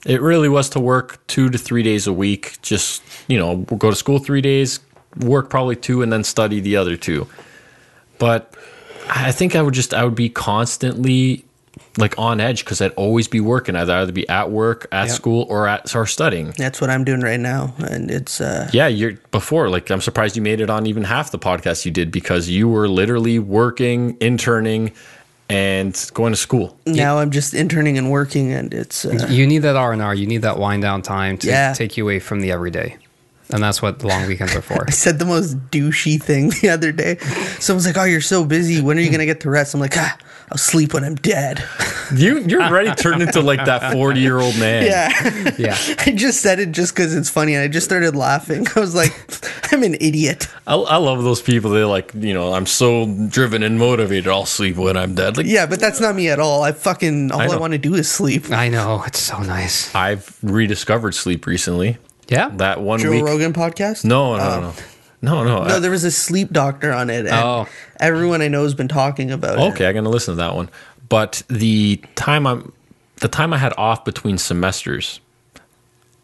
B: It really was to work two to three days a week. Just you know, go to school three days, work probably two, and then study the other two. But I think I would just I would be constantly like on edge because I'd always be working. I'd either be at work, at school, or at or studying.
D: that's what I'm doing right now, and it's uh,
B: Yeah, you're before. Like, I'm surprised you made it on even half the podcast you did because you were literally working, interning, and going to school.
D: now I'm just interning and working, and it's
B: Mm-hmm.
D: uh,
C: You need that R and R. You need that wind down time to
D: Yeah.
C: take you away from the everyday, and that's what the long weekends are for.
D: I said the most douchey thing the other day. Someone's like, "Oh, you're so busy. When are you gonna get to rest?" I'm like, ah, "I'll sleep when I'm dead."
B: You you're already turned into like that 40 year old man.
D: Yeah.
C: yeah,
D: I just said it just because it's funny, and I just started laughing. I was like, "I'm an idiot."
B: I, I love those people. They're like, you know, I'm so driven and motivated. I'll sleep when I'm dead. Like,
D: Yeah, but that's not me at all. I fucking all
B: I
D: I,
B: know.
D: want to do is sleep.
C: I know it's so nice.
B: I've rediscovered sleep recently.
C: Yeah,
B: That one
D: Joe
B: week.
D: Rogan podcast? Oh.
B: No, no, no, no, no.
D: no. There was a sleep doctor on it, and
C: Oh.
D: everyone I know has been talking about it.
B: Okay, I'm gonna listen to that one. But the time I'm the time I had off between semesters,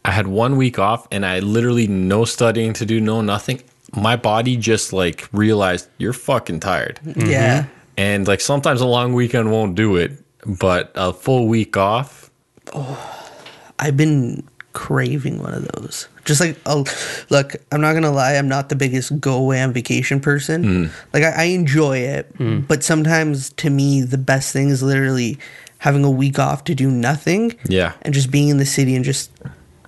B: I had one week off and I literally no studying to do, no nothing. My body just like realized you're fucking tired.
D: Yeah,
B: And like sometimes a long weekend won't do it, but a full week off,
D: I've been craving one of those. Just like, oh, look, I'm not gonna lie, I'm not the biggest go away on vacation person.
B: Mm.
D: Like, I, I enjoy it, but sometimes to me, the best thing is literally having a week off to do nothing.
B: Yeah.
D: and just being in the city and just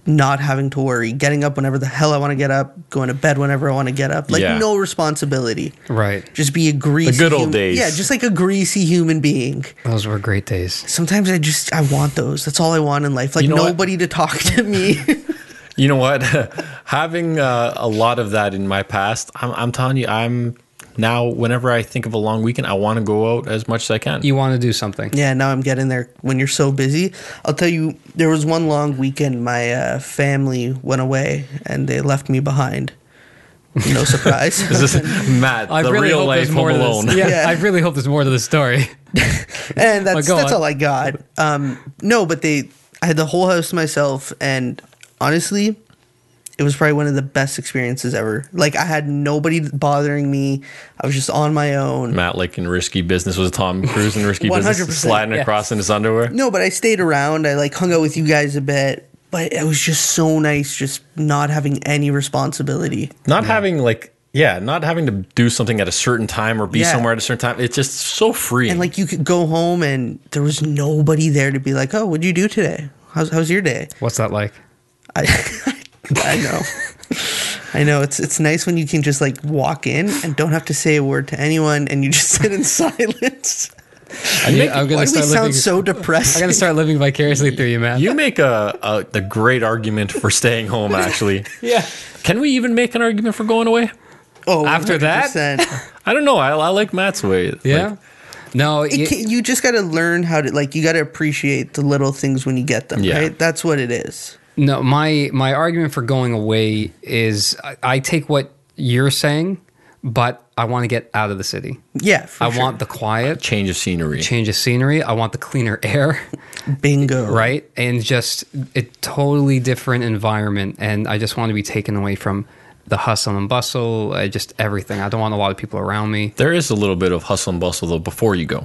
D: not having to worry, getting up whenever the hell I want to get up, going to bed whenever I want to get up. Like
B: Yeah.
D: no responsibility.
C: Right.
D: Just be a greasy
B: good old
D: hum-
B: days.
D: Yeah, just like a greasy human being.
C: Those were great days.
D: Sometimes I just I want those. That's all I want in life. Like
B: You know what?
D: nobody to talk to me.
B: You know what? Having uh, a lot of that in my past, I'm, I'm telling you, I'm now, whenever I think of a long weekend, I want to go out as much as I can.
C: You want to do something.
D: Yeah, now I'm getting there when you're so busy. I'll tell you, there was one long weekend my uh, family went away and they left me behind. No surprise.
B: This is Matt, the real life Home Alone.
C: Yeah,
D: Yeah.
C: I really hope there's more to the story.
D: and
C: Oh,
D: that's,
C: go
D: that's
C: on.
D: all I got. Um, no, but they, I had the whole house to myself. And honestly, it was probably one of the best experiences ever. Like, I had nobody bothering me, I was just on my own.
B: Matt, like in Risky Business, was Tom Cruise in Risky
D: 100%,
B: Business, sliding
C: yeah.
B: across in his underwear.
D: No, but I stayed around. I like hung out with you guys a bit, but it was just so nice just not having any responsibility.
B: Not having like, yeah, not having to do something at a certain time or be
D: Yeah.
B: somewhere at a certain time. It's just so free.
D: And like you could go home and there was nobody there to be like, "Oh, what'd you do today? How's how's your day?"
C: What's that like?
D: I I know. I know it's it's nice when you can just like walk in and don't have to say a word to anyone and you just sit in silence.
C: I'm
D: Why
C: gonna
D: do we
C: start living.
D: sound so
C: I'm
D: depressing?
C: gonna start living vicariously through you, man.
B: you make a, a the great argument for staying home. Actually,
C: yeah.
B: can we even make an argument for going away?
D: oh,
C: after that?
D: 100%.
B: I don't know. I, I like Matt's way.
C: Yeah.
B: Like,
C: no. y-
D: it can, you just got to learn how to like you got to appreciate the little things when you get them
B: Yeah.
D: right that's what it is
C: No, my my argument for going away is I, I take what you're saying, but I want to get out of the city.
D: yeah for
C: I
D: sure.
C: want the quiet,
B: change of scenery.
C: change of scenery. I want the cleaner air,
D: bingo
C: right? And just a totally different environment. And I just want to be taken away from the hustle and bustle, uh, just everything. I don't want a lot of people around me.
B: There is a little bit of hustle and bustle though before you go.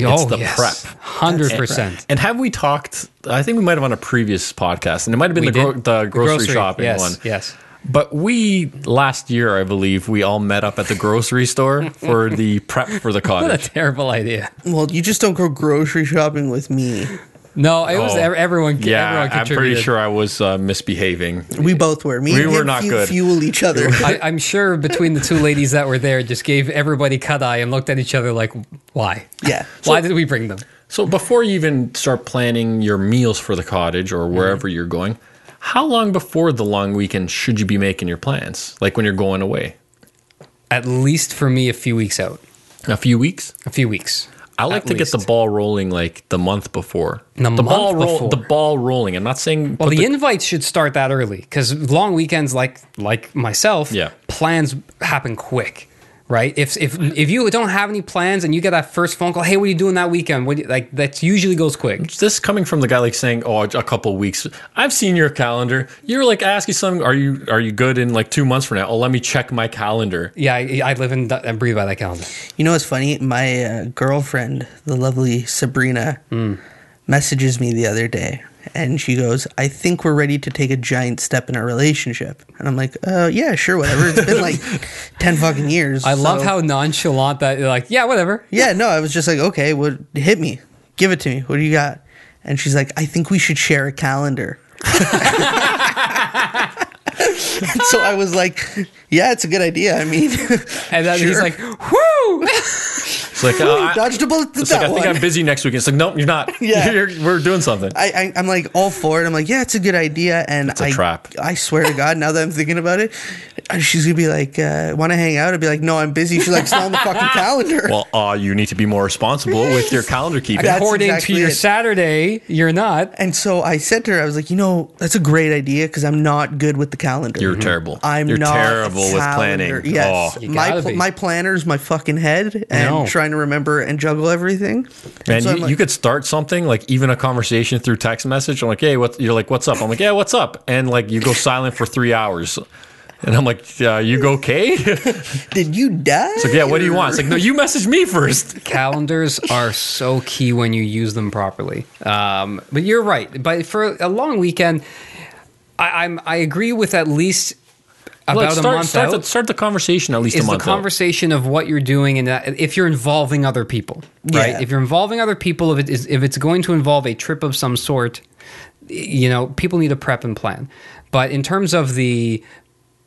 D: Oh,
B: it's the prep.
C: Oh, hundred percent.
B: And have we talked? I think we might have on a previous podcast, and it might have been the, gro- the, grocery, shopping
C: yes,
B: one.
C: Yes.
B: But we last year, I believe, we all met up at the grocery store for the prep for
C: What
B: the
C: a
B: cottage.
C: terrible idea.
D: well you just don't go grocery shopping with me
C: No, it was
B: Oh.
C: ev- everyone.
B: Yeah,
C: everyone
B: I'm pretty
C: contributed.
B: sure I was uh, misbehaving.
D: we both were me
B: We
D: and
B: were
D: him
B: not
D: fu-
B: good.
D: fuel each other
C: I, I'm sure between the two ladies that were there, just gave everybody cut eye and looked at each other like, why?
D: yeah
C: Why did we bring them?
B: So before you even start planning your meals for the cottage or wherever
C: Mm-hmm.
B: you're going, how long before the long weekend should you be making your plans? Like when you're going away,
C: At least for me, a few weeks out.
B: a few weeks.
C: A few weeks.
B: I like
C: At
B: to get the
C: least.
B: ball rolling like the month before.
C: The month
B: ball
C: before.
B: the ball rolling. I'm not saying
C: Well,
B: put
C: the, invites should start that early because long weekends, like like myself,
B: Yeah.
C: plans happen quick, right? If if if you don't have any plans and you get that first phone call, hey, what are you doing that weekend? What do you, like that usually goes quick.
B: this coming from the guy like saying, "Oh, a couple weeks." I've seen your calendar. You're like asking something. Are you are you good in like two months from now? Oh, let me check my calendar.
C: Yeah, I, I live and and breathe by that calendar.
D: you know what's funny my uh, girlfriend the lovely sabrina
C: Hmm.
D: messages me the other day and she goes i think we're ready to take a giant step in our relationship and i'm like uh, yeah sure whatever it's been like 10 fucking years
C: I love
D: so-
C: how nonchalant that. You're like, yeah, whatever.
D: Yeah, no, I was just like, okay, what hit me. Give it to me. What do you got? And she's like, I think we should share a calendar. And so I was like, yeah, it's a good idea. I mean,
C: And then he's
D: Sure.
C: like, whoo!
B: It's like, uh, I,
D: dodged a bullet with
B: it's like, I
D: that
B: think
D: one.
B: I'm busy next week. It's like, nope, you're not.
D: Yeah.
B: You're- we're doing something.
D: I, I, I'm like all for it. I'm like, yeah, it's a good idea. And
B: a
D: I-
B: trap.
D: I swear to God, now that I'm thinking about it, she's gonna be like, uh, want to hang out? I'll be like, no, I'm busy. She's like, it's not on the fucking calendar.
B: well, uh, you need to be more responsible with your calendar keeping.
D: That's
C: According
D: exactly
C: to your
D: it.
C: Saturday, you're not.
D: and so I said to her, I was like, you know, that's a great idea because I'm not good with the calendar.
B: You're terrible.
D: I'm
B: you're
D: not
B: terrible with
D: calendar-
B: planning.
D: Yes,
B: Oh.
C: Mm-hmm. You
D: my
C: gotta
D: pl-
C: be.
D: my planner's my fucking head, and
C: No.
D: trying to remember and juggle everything.
B: Man,
D: so
B: you,
D: I'm like-
B: you could start something like even a conversation through text message. I'm like, hey, what? You're like, what's up? I'm like, yeah, what's up? And like, you go silent for three hours, and I'm like, uh, you go okay? It's
D: Did you die?
B: like, yeah, what do you want? It's like, no, you message me first.
C: Calendars are so key when you use them properly. Um, but you're right. But for a long weekend, I, I'm I agree with at least about
B: Like,
C: a
B: start,
C: month
B: start,
C: out.
B: the, start the conversation at least a
C: is the
B: month. out.
C: conversation of what you're doing and that, if you're involving other people, right?
D: Yeah.
C: If you're involving other people, if it is, if it's going to involve a trip of some sort, you know, people need to prep and plan. But in terms of the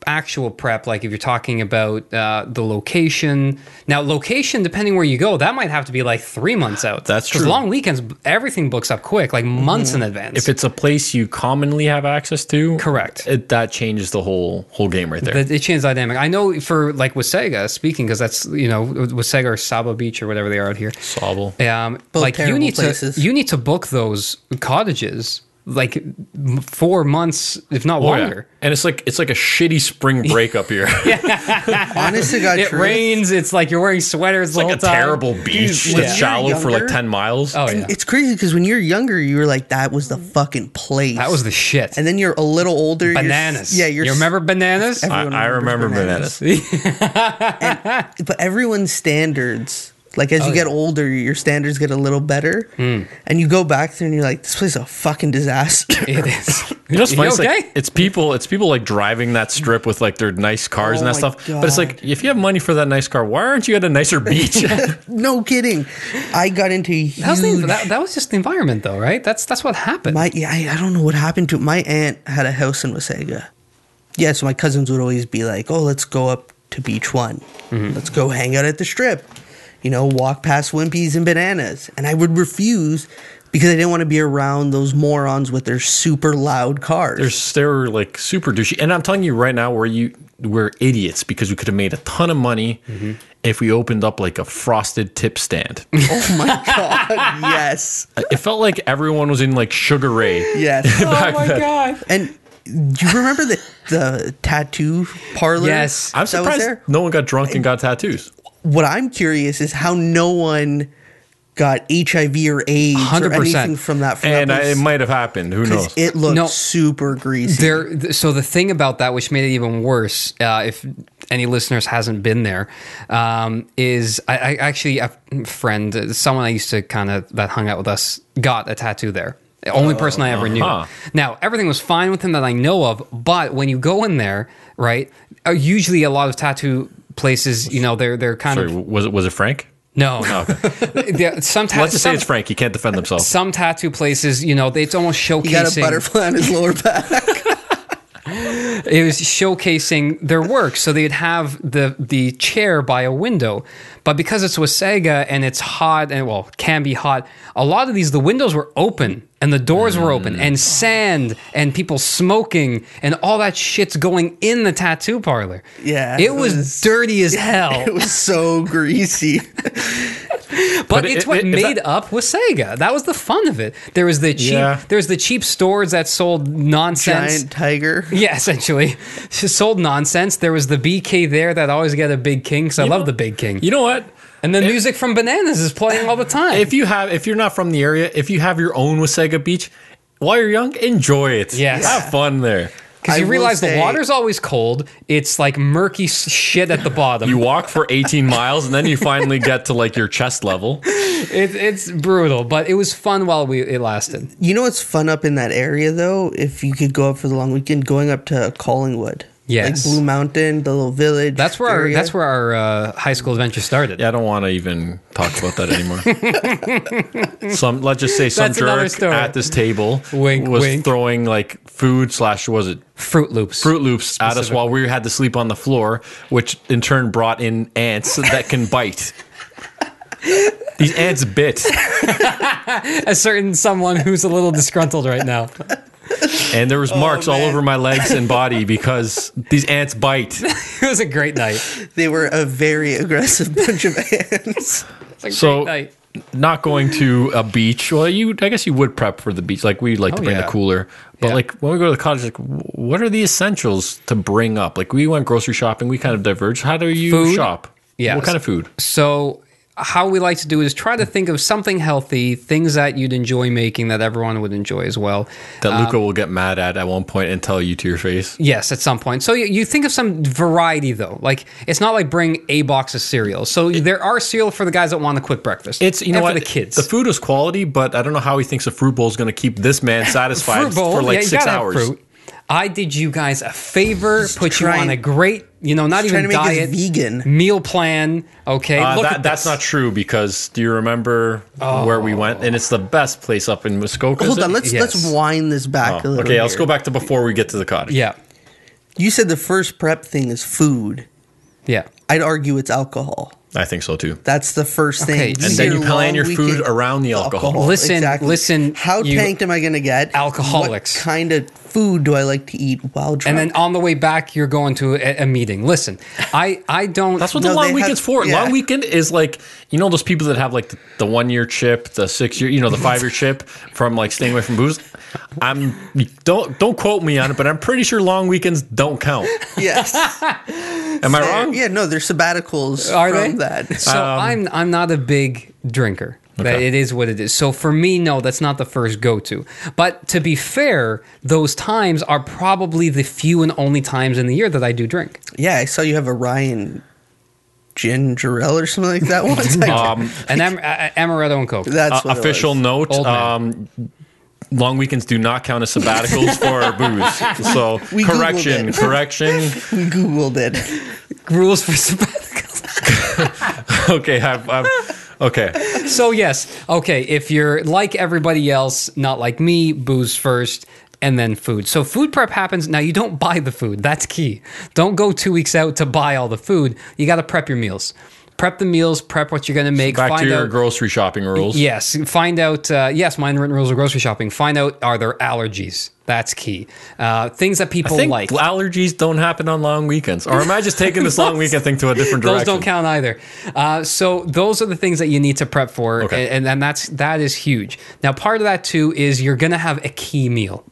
C: actual prep, like if you're talking about uh, the location, now location, depending where you go, that might have to be like three months out.
B: That's
C: 'Cause
B: true. Mm-hmm.
C: Long weekends, everything books up quick, like months in advance.
B: If it's a place you commonly have access to,
C: Correct.
B: It, that changes the whole whole game right there.
C: That it changed the dynamic. I know for like with Sega speaking, because that's you know with Sega or Saba Beach or whatever they are out here.
B: Sobble.
C: Um,
D: Both
C: like you
D: terrible
C: need
D: places.
C: to you need to book those cottages like m- four months, if not
B: Oh, yeah.
C: longer.
B: And it's like it's like a shitty spring break up here. it's
D: Honest to God,
C: It
D: truth,
C: rains. It's like you're wearing sweaters the
B: like a
C: whole time.
B: terrible beach
D: Dude, when
B: that's
D: you're
B: shallow for
D: younger-
B: like ten miles.
C: Oh yeah,
D: It's crazy because when you're younger, you were like, "That was the fucking place."
C: that was the shit.
D: And then you're a little older. you're s-
C: bananas.
D: yeah, you're
C: you
D: s-
C: remember bananas?
B: I,
D: everyone
B: I
D: remembers
B: remember bananas.
D: but everyone's standards like
C: Oh,
D: as you get older your standards get a little better
C: Hmm.
D: and you go back there and you're like this place is a fucking disaster
C: it is.
B: You know, it's funny. It's,
C: okay?
B: like, it's people. It's people like driving that strip with like their nice cars and
D: Oh
B: that
D: my
B: stuff. But it's like
D: God.
B: if you have money for that nice car, why aren't you at a nicer beach?
D: no kidding i got into huge,
C: that, was the, that, that was just the environment, though, right? That's that's what happened.
D: my yeah, I, I don't know what happened to it. my aunt had a house in wasaga yeah so my cousins would always be like oh let's go up to beach one
B: Mm-hmm.
D: let's go hang out at the strip you know walk past wimpies and bananas and i would refuse because i didn't want to be around those morons with their super loud cars
B: There's they're like super douchey, and I'm telling you right now, we're you we're idiots because we could have made a ton of money
D: Mm-hmm.
B: if we opened up like a frosted tip stand.
D: oh my god yes
B: it felt like everyone was in like Sugar Ray.
D: yes
C: oh my god!
D: And do you remember the the tattoo parlor?
C: Yes.
B: I'm
D: that was
B: surprised
D: there?
B: no one got drunk and got tattoos.
D: What I'm curious is how no one got HIV or AIDS or
C: 100%.
D: anything from that. From
B: And I,
D: that place,
B: it might have happened. Who
D: 'cause
B: knows?
D: it looked
C: No.
D: super greasy.
C: There. th- So the thing about that, which made it even worse, uh, if any listeners hasn't been there, um, is I, I actually a friend, uh, someone I used to kind of that hung out with us, got a tattoo there. The only person I ever
B: uh-huh.
C: knew. Now everything was fine with him that I know of, but when you go in there, right? uh, Usually, a lot of tattoo places, you know, they're they're kind
B: Sorry,
C: of
B: was it was it Frank?
C: no, no. There- some ta-
B: Let's just
C: some-
B: say it's Frank. He can't defend himself.
C: Some tattoo places, you know, they- it's almost showcasing.
D: he got a butterfly on his lower back.
C: it was showcasing their work. So they'd have the the chair by a window, but because it's Wasega and it's hot and well can be hot, a lot of these the windows were open and the doors were open
D: Mm.
C: and sand and people smoking and all that shit's going in the tattoo parlor.
D: Yeah,
C: it
D: it
C: was,
D: was-
C: dirty as hell.
D: It was so greasy.
C: but,
B: But
C: it's
B: it-
C: what
B: it- if
C: made
B: that-
C: up was Sega. That was the fun of it. There was the cheap,
B: Yeah.
C: there was the cheap stores that sold nonsense.
D: Giant tiger.
C: Yeah, essentially, She sold nonsense. There was the BK there that always got a big king, so I love the big king.
B: you know what?
C: and the music from Bananas is playing all the time.
B: If you have, if you're not from the area, if you have your own Wasega Beach, while you're young, enjoy it.
C: Yes.
B: have fun there.
C: because
D: I
C: you
D: will
C: realize the
D: say-
C: water's always cold. It's like murky s- shit at the bottom.
B: You walk for 18 miles and then you finally get to like your chest level.
C: it, it's brutal, but it was fun while we it lasted.
D: You know what's fun up in that area though? If you could go up for the long weekend, going up to Collingwood.
C: Yes.
D: Like Blue Mountain, the little village.
C: That's where our,
D: area.
C: that's where our uh, high school adventure started.
B: Yeah, I don't want to even talk about that anymore. some let's just say some
C: That's another
B: jerk
C: story.
B: at this table
C: Wink,
B: was
C: wink.
B: throwing like food slash was it
C: Fruit Loops.
B: Fruit Loops at us while we had to sleep on the floor, which in turn brought in ants that can bite. These ants bit,
C: A certain someone who's a little disgruntled right now.
B: and
C: Oh,
B: there was marks all
D: man.
B: over my legs and body because these ants bite.
C: It was a great night.
D: they were a very aggressive bunch of ants.
C: It's a
B: So-
C: great night.
B: not going to a beach. Well, you, I guess you would prep for the beach. Like we like to
C: Oh,
B: bring
C: yeah.
B: the cooler, but
C: Yeah.
B: like when we go to the cottage, like wh- what are the essentials to bring up? Like we went grocery shopping. We kind of diverged. How do you
C: Food?
B: shop?
C: Yeah.
B: What kind of food?
C: So, how we like to do is try to think of something healthy, things that you'd enjoy making that everyone would enjoy as well.
B: That
C: Um,
B: Luca will get mad at at one point and tell you to your face.
C: Yes, at some point. So you, you think of some variety though. Like it's not like bring a box of cereal. So there are cereal for the guys that want a quick breakfast.
B: It's you
C: and
B: know
C: for
B: what
C: the kids.
B: The food is quality, but I don't know how he thinks a fruit bowl is going to keep this man satisfied
C: fruit bowl
B: for like
C: yeah, you
B: six
C: gotta have
B: hours.
C: Fruit. I did you guys a favor, put you
D: trying-
C: on a great you know, not
D: trying
C: even
D: to make
C: diet,
D: it vegan.
C: meal plan. Okay,
B: Uh,
C: look
B: that,
C: at
B: that's
C: this.
B: not true because do you remember where we went? And it's the best place up in Muskoka. is
D: Hold
B: it?
D: on, let's
C: Yes.
D: let's wind this back a
B: Oh,
D: little.
B: okay, let's
D: here.
B: go back to before we get to the cottage.
C: Yeah,
D: You said the first prep thing is food.
C: yeah.
D: I'd argue it's alcohol.
B: I think so too.
D: That's the first thing.
C: Okay,
D: This
B: And
D: is
B: then you plan
D: long
B: your food
D: weekend.
B: around the alcohol.
C: Listen, listen,
D: How
C: you-
D: tanked am I going to get?
C: Alcoholics.
D: What kind of food do I like to eat while drunk?
C: And then on the way back, you're going to a, a meeting. Listen, I I don't.
B: That's what the
D: No, they
B: long
D: have-
B: weekend's for.
D: yeah.
B: Long weekend is like you know those people that have like the, the one year chip, the six year, you know, the five year chip from like staying away from booze. I'm don't don't quote me on it, but I'm pretty sure long weekends don't count.
D: yes,
B: Am I wrong?
D: yeah, no, there's sabbaticals
C: Are
D: from
C: they?
D: that.
C: So I'm I'm not a big drinker. That
B: Okay.
C: it is what it is. So for me, no, that's not the first go to. But to be fair, those times are probably the few and only times in the year that I do drink.
D: Yeah, I saw you have a Ryan ginger ale or something like that once.
B: Um,
C: And am, a- a- amaretto and coke.
D: That's
B: uh,
D: what it
B: official
D: was.
B: note:
C: Old
B: um,
C: man.
B: long weekends do not count as sabbaticals for booze. So
D: We Googled
B: correction,
D: it.
B: correction.
D: We Googled it.
C: rules for sabbaticals.
B: Okay, I've, I've, okay.
C: so yes, okay. If you're like everybody else, not like me, booze first. And then food. So food prep happens. Now you don't buy the food. That's key. Don't go two weeks out to buy all the food. You got to prep your meals. Prep the meals. Prep what you're going to make.
B: Back
C: find
B: to your
C: out,
B: grocery shopping rules.
C: Yes, find out. Uh, yes, mine written rules of grocery shopping. Find out are there allergies? That's key. Uh, things that
B: I
C: people
B: think
C: like.
B: allergies don't happen on long weekends. Or am I just taking this long weekend thing to a different direction?
C: Those don't count either. Uh, so those are the things that you need to prep for,
B: Okay.
C: and, and that's that is huge. Now, part of that too is you're going to have a key meal.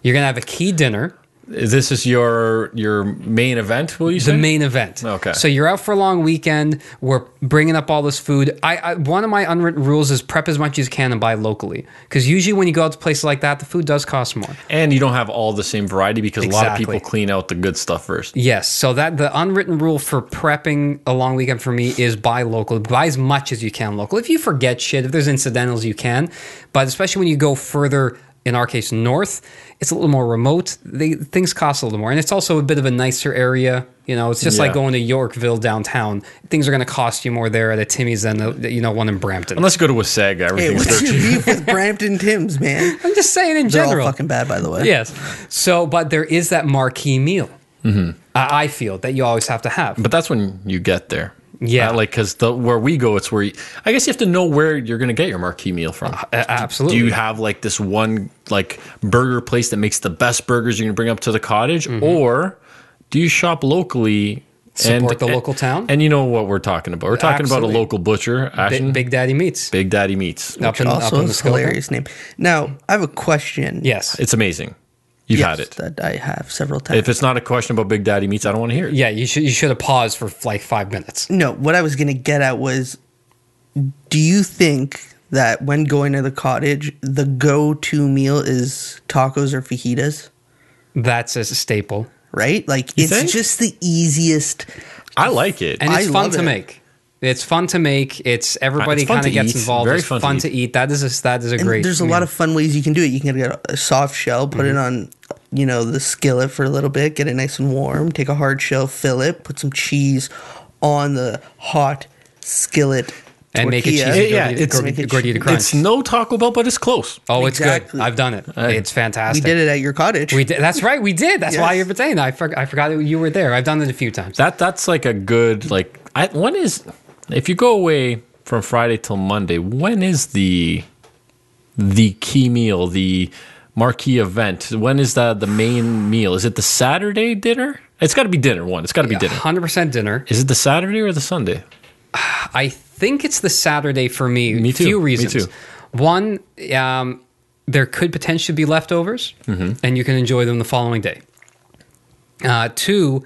C: You're going to have a key dinner.
B: This is your your main event, will you say?
C: the main event.
B: Okay.
C: So you're out for a long weekend. We're bringing up all this food. I, I one of my unwritten rules is prep as much as you can and buy locally because usually when you go out to places like that, the food does cost more.
B: and you don't have all the same variety because a lot of
C: Exactly.
B: people clean out the good stuff first.
C: Yes. So that the unwritten rule for prepping a long weekend for me is buy local. Buy as much as you can local. If you forget shit, if there's incidentals, you can. But especially when you go further, in our case, north, it's a little more remote. They, things cost a little more, and it's also a bit of a nicer area. You know, it's just
B: Yeah.
C: like going to Yorkville downtown. Things are going to cost you more there at a Timmy's than the, you know one in Brampton.
B: Unless you go to Wasaga,
D: Hey,
B: everything's
D: what's
B: there
D: your
B: cheap.
D: beef with Brampton Tim's, man?
C: I'm just saying in
D: They're all
C: general.
D: fucking bad, by the way.
C: yes. So, but there is that marquee meal.
D: Mm-hmm.
C: I, I feel that you always have to have.
B: But that's when you get there.
C: Yeah.
B: Uh, like because the where we go, it's where you, I guess you have to know where you're going to get your marquee meal from.
C: Uh, A- absolutely.
B: Do you have like this one like burger place that makes the best burgers you can bring up to the cottage,
C: Mm-hmm.
B: or do you shop locally?
C: Support the local town?
B: And you know what we're talking about. We're talking about a
C: Absolutely.
B: local butcher,
C: Bi-
B: Ashton,
C: Big,
B: Big,
C: Daddy Meats.
B: Daddy Meats.
C: up in, up
D: Also,
C: in
D: a
C: the Skokie.
D: hilarious name. Now, I have a question.
C: Yes.
B: It's amazing. You've
D: Yes,
B: had it.
D: That I have several times.
B: If it's not a question about Big Daddy Meats, I don't want to hear it.
C: yeah, you should you should have paused for like five minutes.
D: No, what I was going to get at was do you think that when going to the cottage, the go to meal is tacos or fajitas,
C: That's a staple,
D: right? Like, it's
B: think?
D: just the easiest.
B: I like it.
C: and
D: I
C: it's fun
D: love
C: to
D: it.
C: make. It's fun to make. It's everybody
B: It's fun
C: kind of
B: to
C: gets
B: eat.
C: involved.
B: Very
C: it's
B: fun
C: fun,
B: to
C: to, eat. That is a, that is a
D: And
C: great.
D: there's a
C: meal. Mm-hmm.
D: lot of fun ways you can do it. You can get a soft shell, put it on, you know, the skillet for a little bit, get it nice and warm, take a hard shell, fill it, put some cheese on the hot skillet.
C: and make a cheesy
D: tortilla.
C: gordita,
B: Yeah, it's-
C: gordita,
D: Make a
C: gordita crunch.
B: It's no Taco Bell, but it's close.
C: oh, it's
D: Exactly.
C: good. I've done it. It's
D: We
C: fantastic.
D: did it at your cottage.
C: We did. That's right. We did. That's why
D: Yes.
C: you're pretending. I, for, I forgot that you were there. I've done it a few times.
B: That that's like a good like. I when is if you go away from Friday till Monday, when is the the key meal, the marquee event? When is the the main meal? Is it the Saturday dinner? It's got to be dinner one. It's got to be dinner.
C: Hundred percent dinner.
B: Is it the Saturday or the Sunday?
C: I think it's the Saturday for me.
B: Me too.
C: Few
B: Me
C: reasons.
B: too.
C: One, um, there could potentially be leftovers,
B: Mm-hmm.
C: and you can enjoy them the following day. Uh, two,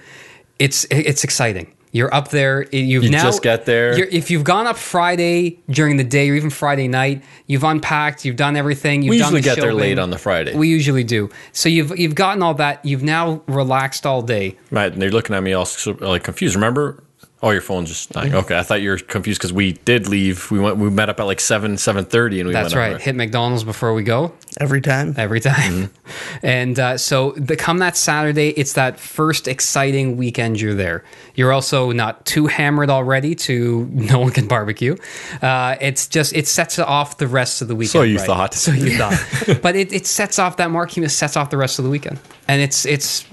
C: it's it's exciting. You're up there. i- You've
B: You
C: now
B: just got there.
C: you're- if you've gone up Friday during the day or even Friday night, you've unpacked. You've done everything. You've
B: We
C: done
B: usually
C: the
B: get there
C: shopping.
B: late on the Friday.
C: We usually do. So you've you've gotten all that. You've now relaxed all day.
B: right, and they're looking at me all s- like confused. Remember, Oh, your phone's just dying. Okay, I thought you were confused because we did leave. We went. We met up at like seven, seven thirty, and we
C: That's
B: went.
C: right. Hit McDonald's before we go.
D: every time.
C: every time. And uh, so the, come that Saturday, it's that first exciting weekend you're there. You're also not too hammered already to no one can barbecue. Uh, it's just it sets off the rest of the weekend.
B: So you
C: right?
B: thought.
C: So you thought. but it, it sets off that marquee. It sets off the rest of the weekend, and it's it's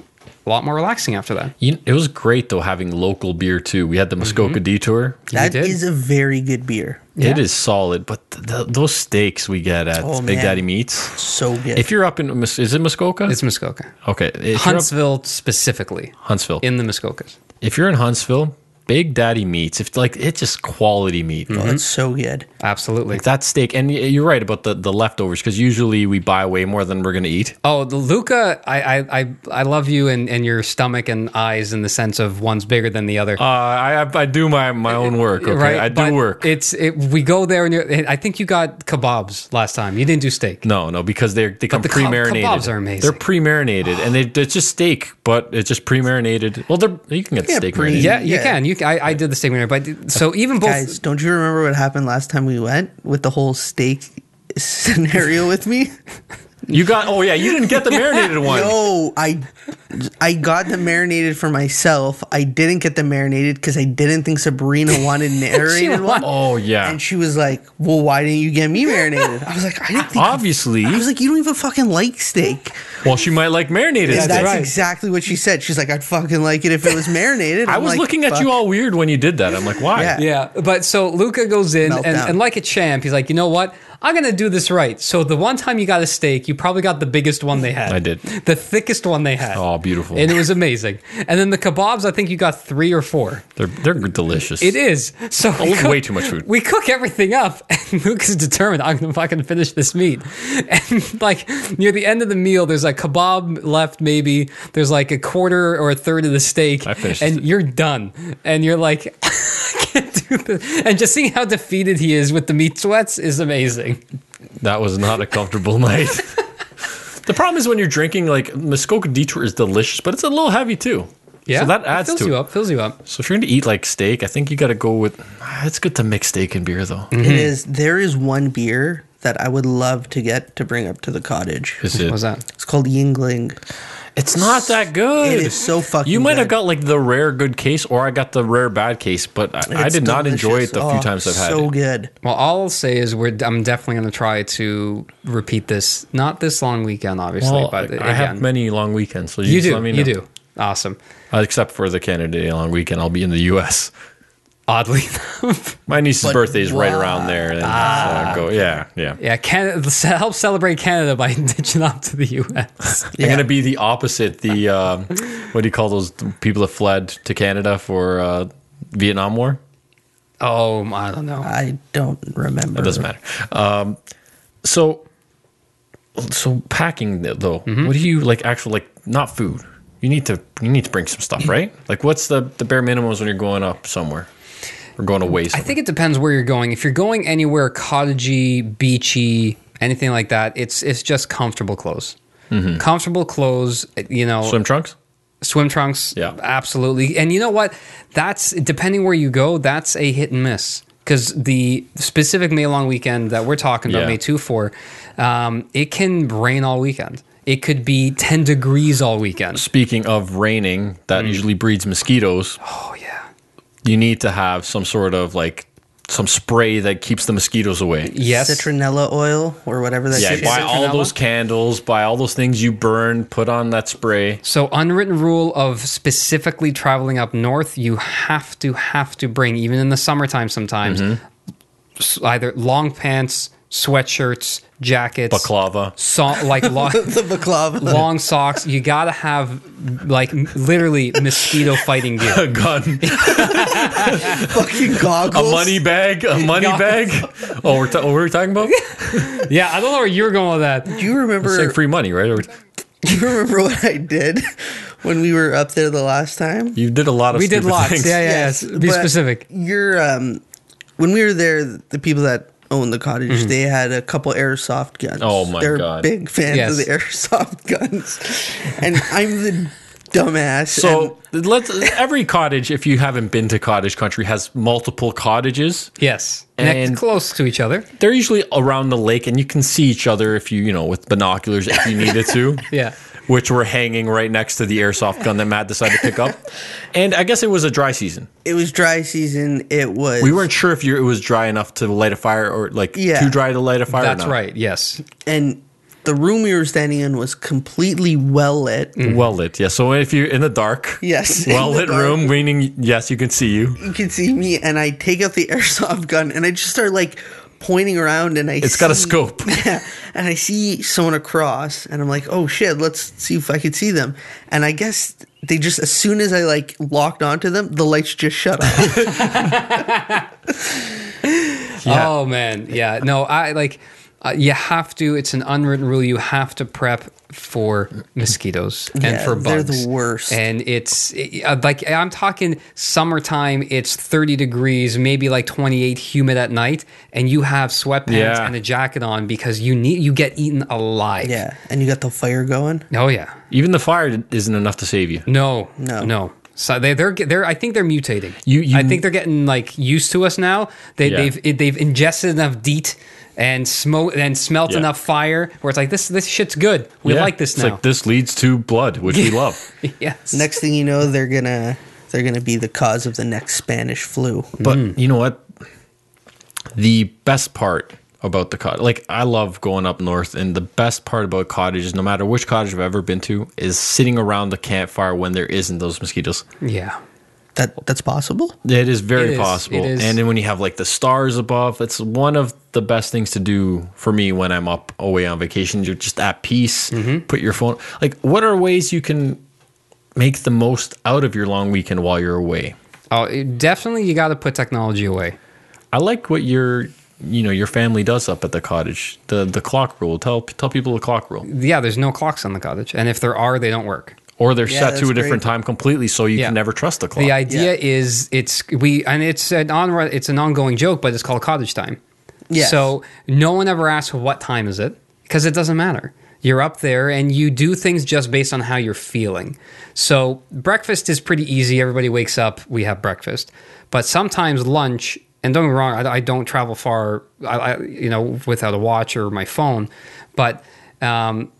C: a lot more relaxing after that.
B: You, it was great though having local beer too. We had the Muskoka Detour.
D: That
C: did.
D: is a very good beer.
B: It is solid, but th- th- those steaks we get at
D: Oh,
B: Big
D: man.
B: Daddy Meats.
D: So good.
B: If you're up in, Mus- is it Muskoka?
C: It's Muskoka,
B: okay. if you're up-
C: Huntsville specifically,
B: Huntsville.
C: in the Muskokas.
B: if you're in Huntsville, Big Daddy Meats. If like it's just quality meat.
D: oh, that's so good.
C: Absolutely.
B: Like that steak, and y- you're right about the, the leftovers because usually we buy way more than we're gonna eat.
C: Oh, the Luca, I, I, I, I love you and, and your stomach and eyes in the sense of one's bigger than the other.
B: Uh, I I do my my own work. Okay, I do
C: But
B: work.
C: It's it, we go there and you're, I think you got kebabs last time. You didn't do steak.
B: no, no, because they're they come
C: the keb-
B: pre-marinated.
C: kebabs are amazing.
B: They're pre-marinated, and they, they're just steak, but it's just pre-marinated. Well, they're you can get
D: Yeah,
B: steak.
D: pre-
B: marinated.
C: Yeah, you
D: Yeah.
C: can. You can, I, I did the steak dinner, but so even both.
D: Guys, don't you remember what happened last time we went with the whole steak scenario with me?
B: You got oh yeah, you didn't get the marinated one.
D: No, I I got the marinated for myself. I didn't get the marinated because I didn't think Sabrina wanted narrated one.
B: Oh yeah,
D: And she was like, "Well, why didn't you get me marinated?" I was like, "I didn't think."
B: obviously.
D: I was like, "You don't even fucking like steak."
B: well, she might like marinated.
D: And
B: steak.
D: that's
C: right.
D: exactly what she said. She's like, "I'd fucking like it if it was marinated."
B: I
D: I'm
B: was
D: like,
B: looking at you
D: "Fuck."
B: all weird when you did that. I'm like, why?
D: Yeah.
C: yeah, but so Luca goes in and,
D: Meltdown.
C: and like a champ, he's like, you know what? I'm gonna do this right. So the one time you got a steak, you probably got the biggest one they had.
B: I did.
C: The thickest one they had.
B: Oh, beautiful.
C: And it was amazing. And then the kebabs, I think you got three or four.
B: They're they're delicious.
C: It is. So we
B: Oh, way too much food.
C: We cook everything up, and Luke is determined. I'm gonna fucking finish this meat. And like near the end of the meal, there's a kebab left. Maybe there's like a quarter or a third of the steak,
B: I finished
C: and
B: it.
C: you're done. And you're like, I can't do this. And just seeing how defeated he is with the meat sweats is amazing.
B: That was not a comfortable night. The problem is when you're drinking, like Muskoka Detour is delicious, but it's a little heavy too.
C: Yeah,
B: so that
C: It
B: adds
C: fills
B: to
C: you
B: it.
C: up. Fills you up.
B: So if you're going to eat like steak, I think you got to go with. It's good to mix steak and beer though.
D: It is. There is one beer that I would love to get to bring up to the cottage.
B: Is it?
C: What's that?
D: It's called Yingling.
B: It's not that good.
D: It is so fucking
B: You might have
D: good.
B: got like the rare good case, or I got the rare bad case, but I, I
D: It's
B: did not enjoy it
D: delicious.
B: the
D: Oh,
B: few times I've had
D: So
B: it.
D: good.
C: Well, all I'll say is we're. I'm definitely gonna try to repeat this. Not this long weekend, obviously,
B: Well,
C: but
B: I have
C: again.
B: many long weekends, so you,
C: You
B: just
C: do.
B: Let me know.
C: You do. Awesome.
B: Uh, except for the Canada Day long weekend, I'll be in the U.S.
C: Oddly enough,
B: My niece's birthday is right around there, and
D: Ah.
B: so I go. Yeah, yeah.
C: yeah. Canada help celebrate Canada by ditching off to the U.S.
B: I'm gonna be the opposite. The um, what do you call those people that fled to Canada for uh, Vietnam War?
C: oh, I don't know.
D: I don't remember.
B: It doesn't matter. Um, so, so packing th- though, what do you like? Actual like not food. You need to you need to bring some stuff, right? Like what's the the bare minimums when you're going up somewhere or going away?
C: I
B: Somewhere?
C: think it depends where you're going. If you're going anywhere cottagey, beachy, anything like that, it's it's just comfortable clothes.
B: Mm-hmm.
C: Comfortable clothes, you know,
B: swim trunks.
C: swim trunks
B: Yeah.
C: absolutely and you know what that's depending where you go that's a hit and miss because the specific may long weekend that we're talking about
B: Yeah.
C: may 2 4 um, it can rain all weekend it could be 10 degrees all weekend
B: Speaking of raining, that usually breeds mosquitoes.
C: oh yeah
B: You need to have some sort of like some spray that keeps the mosquitoes away.
C: yes
D: Citronella oil or whatever that
B: Yeah,
D: shit
B: buy
D: is.
B: all those candles, buy all those things you burn, put on that spray.
C: so unwritten rule of specifically traveling up north you have to have to bring even in the summertime sometimes s- either long pants sweatshirts jackets
B: Baklava.
C: so- like long
D: The baklava.
C: long socks. You gotta have like m- literally mosquito fighting gear.
B: A gun,
D: fucking
B: a
D: goggles.
B: money bag, a money
C: Yeah.
B: bag. Oh, we're ta- what were we talking about?
C: Yeah, I don't know where you were going with that.
D: Do you remember?
B: Saying free money, right? Or-
D: do you remember what I did when we were up there the last time?
B: You did a lot of
C: We did
B: stupid
C: lots.
B: things.
C: Yeah, yeah, yes. Be
D: but
C: specific.
D: You're um, when we were there, the people that own the cottage,
C: Mm-hmm.
D: they had a couple airsoft guns.
B: Oh my
D: They're
B: God.
D: big fans
C: Yes.
D: of the airsoft guns, and I'm the dumbass.
B: So let's every cottage, if you haven't been to cottage country, has multiple cottages.
C: Yes. Next,
B: And-
C: close to each other.
B: They're usually around the lake, and you can see each other if you you know with binoculars if you needed to.
C: Yeah.
B: Which were hanging right next to the airsoft gun that Matt decided to pick up, and I guess it was a dry season.
D: it was dry season. It was.
B: We weren't sure if you it was dry enough to light a fire or like
D: Yeah.
B: too dry to light a fire. or
C: That's
B: not.
C: right. Yes.
D: and the room we were standing in was completely well lit.
C: Mm.
B: Well lit, yeah. So if you're in the dark,
D: Yes, in the
B: well lit
D: dark.
B: room, meaning yes, you can see you.
D: You can see me, and I take out the airsoft gun, and I just start like pointing around, and I.
B: It's got a
D: see-
B: scope.
D: Yeah, and I see someone across, and I'm like, "Oh shit, let's see if I could see them." And I guess they just, as soon as I like locked onto them, the lights just shut off.
B: Yeah.
C: Oh man, yeah. No, I like. Uh, you have to. It's an unwritten rule. You have to prep for mosquitoes and
D: Yeah,
C: for
D: they're
C: bugs.
D: the worst.
C: And it's it- uh, like I'm talking summertime. It's 30 degrees, maybe like 28, humid at night, and you have sweatpants
B: Yeah.
C: and a jacket on because you need. You get eaten alive.
D: yeah, and you got the fire going.
C: Oh yeah.
B: Even the fire isn't enough to save you.
C: No.
D: No.
C: No. So they, they're they're I think they're mutating.
B: You- you-
C: I think they're getting like used to us now. They
B: Yeah.
C: they've it, they've ingested enough DEET and smoke and smelt
B: Yeah.
C: enough fire where it's like this this shit's good. We
B: Yeah.
C: like this
B: It's
C: now.
B: like this leads to blood, which we love.
C: yes.
D: Next thing you know, they're gonna they're gonna be the cause of the next Spanish flu.
B: But you know what? The best part about the cottage, like I love going up north, and the best part about cottages, no matter which cottage I've ever been to, is sitting around the campfire when there isn't those mosquitoes.
C: Yeah.
D: That that's possible.
B: It is very
C: It is.
B: possible.
C: It is.
B: And then when you have like the stars above, it's one of the best things to do for me when I'm up away on vacation. You're just at peace.
C: Mm-hmm.
B: Put your phone. Like, what are ways you can make the most out of your long weekend while you're away?
C: Oh, it- definitely you got to put technology away.
B: I like what your you know your family does up at the cottage. The the clock rule. Tell tell people the clock rule.
C: Yeah, there's no clocks on the cottage, and if there are, they don't work.
B: Or they're
D: Yeah,
B: set to
D: that's
B: a different
D: great.
B: time completely, so you
C: Yeah.
B: can never trust the clock.
C: The idea is it's we and it's an on it's an ongoing joke, but it's called cottage time.
D: Yes.
C: So no one ever asks what time is it because it doesn't matter. You're up there and you do things just based on how you're feeling. So breakfast is pretty easy. Everybody wakes up, we have breakfast. But sometimes lunch, and don't get me wrong, I, I don't travel far, I, I, you know, without a watch or my phone. But um,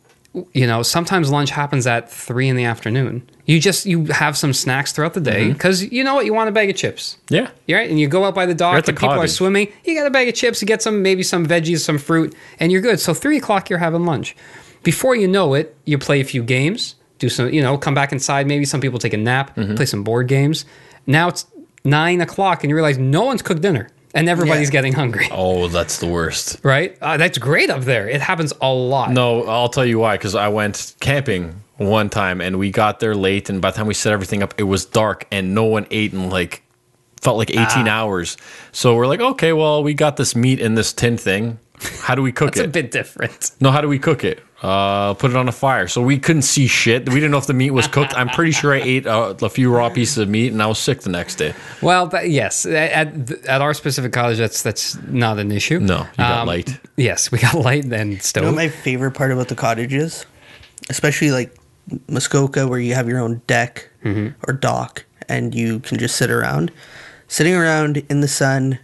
C: you know sometimes lunch happens at three in the afternoon you just you have some snacks throughout the
B: Mm-hmm.
C: day because you know what you want a bag of chips
B: yeah.
C: You're right and you go out by the dock
B: at
C: and
B: the
C: people are
B: cottage.
C: swimming you got a bag of chips you get some maybe some veggies some fruit and you're good so three o'clock you're having lunch before you know it you play a few games do some you know come back inside maybe some people take a nap
B: Mm-hmm.
C: play some board games now it's nine o'clock and you realize no one's cooked dinner and everybody's getting hungry
B: Oh, that's the worst.
C: right uh, that's great up there it happens a lot
B: No, I'll tell you why. Because I went camping one time and we got there late, and by the time we set everything up, it was dark and no one ate in like felt like
C: Ah.
B: 18 hours. So we're like, okay, well, we got this meat in this tin thing. How do we cook
C: it's a
B: it?
C: bit different
B: no, how do we cook it? Uh, put it on a fire. So we couldn't see shit. We didn't know if the meat was cooked. I'm pretty sure I ate uh, a few raw pieces of meat and I was sick the next day.
C: Well, that, yes, at th- at our specific college, that's that's not an issue. Um,
B: No, you got light.
C: Yes, we got light and stove.
D: You know what my favorite part about the cottages, especially like Muskoka, where you have your own deck
B: Mm-hmm.
D: or dock, and you can just sit around, sitting around in the sun,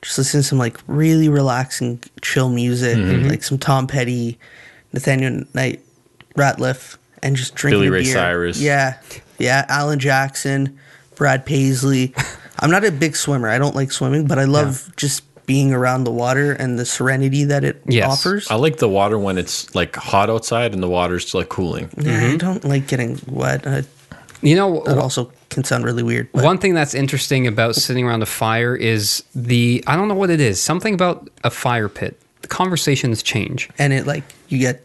D: just listening to some like really relaxing, chill music,
B: Mm-hmm.
D: like some Tom Petty, Nathaniel Knight, Ratliff, and just drinking
B: Billy
D: a
B: Ray
D: beer.
B: Cyrus.
D: Yeah, yeah, Alan Jackson, Brad Paisley. I'm not a big swimmer. I don't like swimming, but I love just being around the water and the serenity that it
C: Yes.
D: offers.
B: I like the water when it's like hot outside and the water's like cooling.
D: Yeah, I don't like getting wet. Uh,
C: you know,
D: that also can sound really weird. But
C: one thing that's interesting about sitting around a fire is the I don't know what it is. Something about a fire pit. The conversations change.
D: and it like you get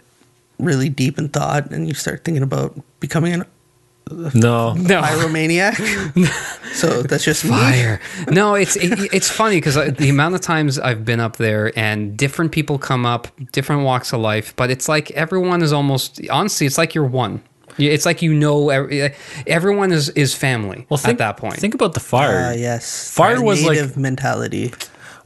D: really deep in thought, and you start thinking about becoming an
B: No.
D: pyromaniac. so that's just me.
C: fire. No, it's it, it's funny because the amount of times I've been up there and different people come up, different walks of life, but it's like everyone is almost honestly, it's like you're one. You- It's like you know every- everyone is is family
B: Well, think,
C: at that point.
B: Think about the fire.
D: Ah, yes,
B: Fire
D: Our
B: was like-
D: native mentality.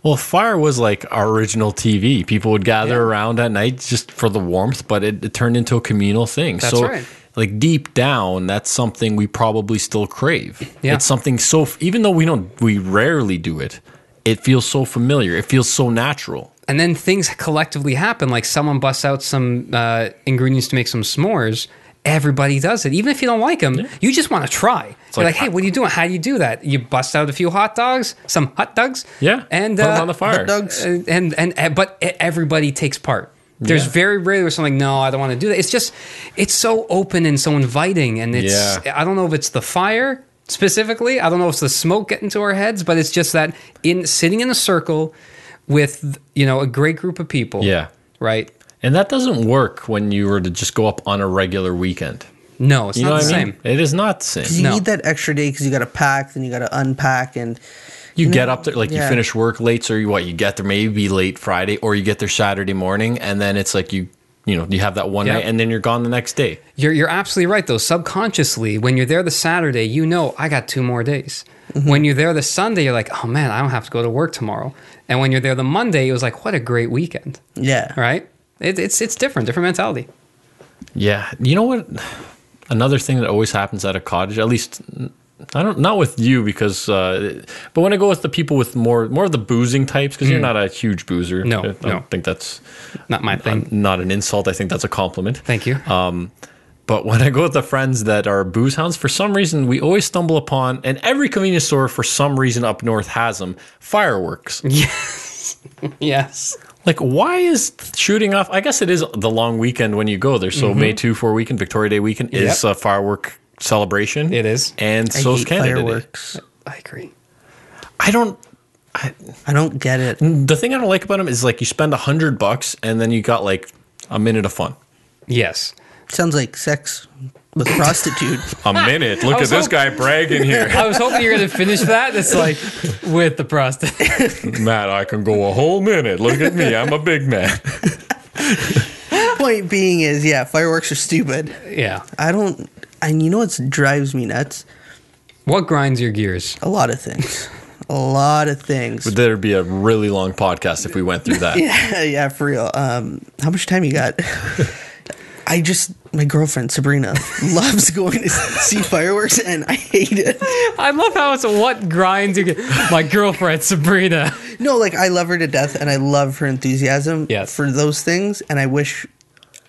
B: Well, fire was like our original TV. People would gather around at night just for the warmth, but it, it turned into a communal thing.
C: That's
B: so
C: right.
B: like deep down, that's something we probably still crave.
C: Yeah.
B: It's something so f- even though we don't we rarely do it, it feels so familiar. It feels so natural.
C: and then things collectively happen. Like someone busts out some uh, ingredients to make some s'mores. Everybody does it, even if you don't like them. You just want to try. You're like,
B: like
C: hey,
B: hot-
C: what are you doing? How do you do that? You bust out a few hot dogs, some hot dogs,
B: Yeah,
C: and
B: put
C: uh,
B: 'em on the fire.
D: dogs.
C: and, and and but e, everybody takes part. There's
B: Yeah.
C: very rarely where someone like, no, I don't want to do that. It's just, it's so open and so inviting, and it's.
B: Yeah.
C: I don't know if it's the fire specifically. I don't know if it's the smoke getting to our heads, but it's just that in sitting in a circle with you know a great group of people.
B: Yeah.
C: Right.
B: And that doesn't work when you were to just go up on a regular weekend.
C: No, it's
B: You
C: not
B: know
C: the
B: what I
C: same.
B: mean? It is not the same.
D: You
C: No.
D: need that extra day because you got to pack, then you got to unpack, and
B: You get up there, like you
D: yeah.
B: finish work late, so you what? You get there maybe late Friday, or you get there Saturday morning, and then it's like you, you know, you have that one
C: Yeah.
B: night, and then you're gone the next day.
C: You're you're absolutely right though. Subconsciously, when you're there the Saturday, you know I got two more days.
B: Mm-hmm.
C: When you're there the Sunday, you're like, oh man, I don't have to go to work tomorrow. And when you're there the Monday, it was like, what a great weekend,
D: yeah,
C: right? It, it's it's different, different mentality.
B: Yeah, you know what? Another thing that always happens at a cottage, at least I don't not with you because, uh, but when I go with the people with more more of the boozing types, because you're not a huge boozer.
C: No,
B: I don't
C: no.
B: think that's
C: Not
B: Um,
C: my thing.
B: not an insult. I think that's a compliment.
C: Thank you.
B: uh, But when I go with the friends that are booze hounds, for some reason we always stumble upon, and every convenience store for some reason up north has them fireworks.
C: yes.
B: Like, why is shooting off? I guess it is the long weekend when you go there. So May two four weekend, Victoria Day weekend is
C: Yep.
B: a firework celebration.
C: It is.
B: and
D: I
B: so is
D: hate
B: Canada Day.
D: fireworks.
C: I agree.
B: I don't.
D: I don't get it.
B: The thing I don't like about them is like you spend a hundred bucks and then you got like a minute of fun.
C: Yes.
D: Sounds like sex with a prostitute.
B: A minute. Look
C: at was this hoping-
B: guy bragging here.
C: I was hoping you were going to finish that. It's like with the prostitute.
B: Matt, I can go a whole minute. Look at me. I'm a big man.
D: Point being is, yeah, fireworks are stupid.
C: yeah.
D: I don't, and you know what drives me nuts?
C: What grinds your gears?
D: A lot of things. A lot of things.
B: There'd be a really long podcast if we went through that.
D: yeah, yeah, for real. Um, how much time you got? I just my girlfriend Sabrina loves going to see fireworks, and I hate it.
C: I love how it's what grinds your gears. My girlfriend Sabrina.
D: No, like I love her to death, and I love her enthusiasm
C: Yes.
D: for those things, and I wish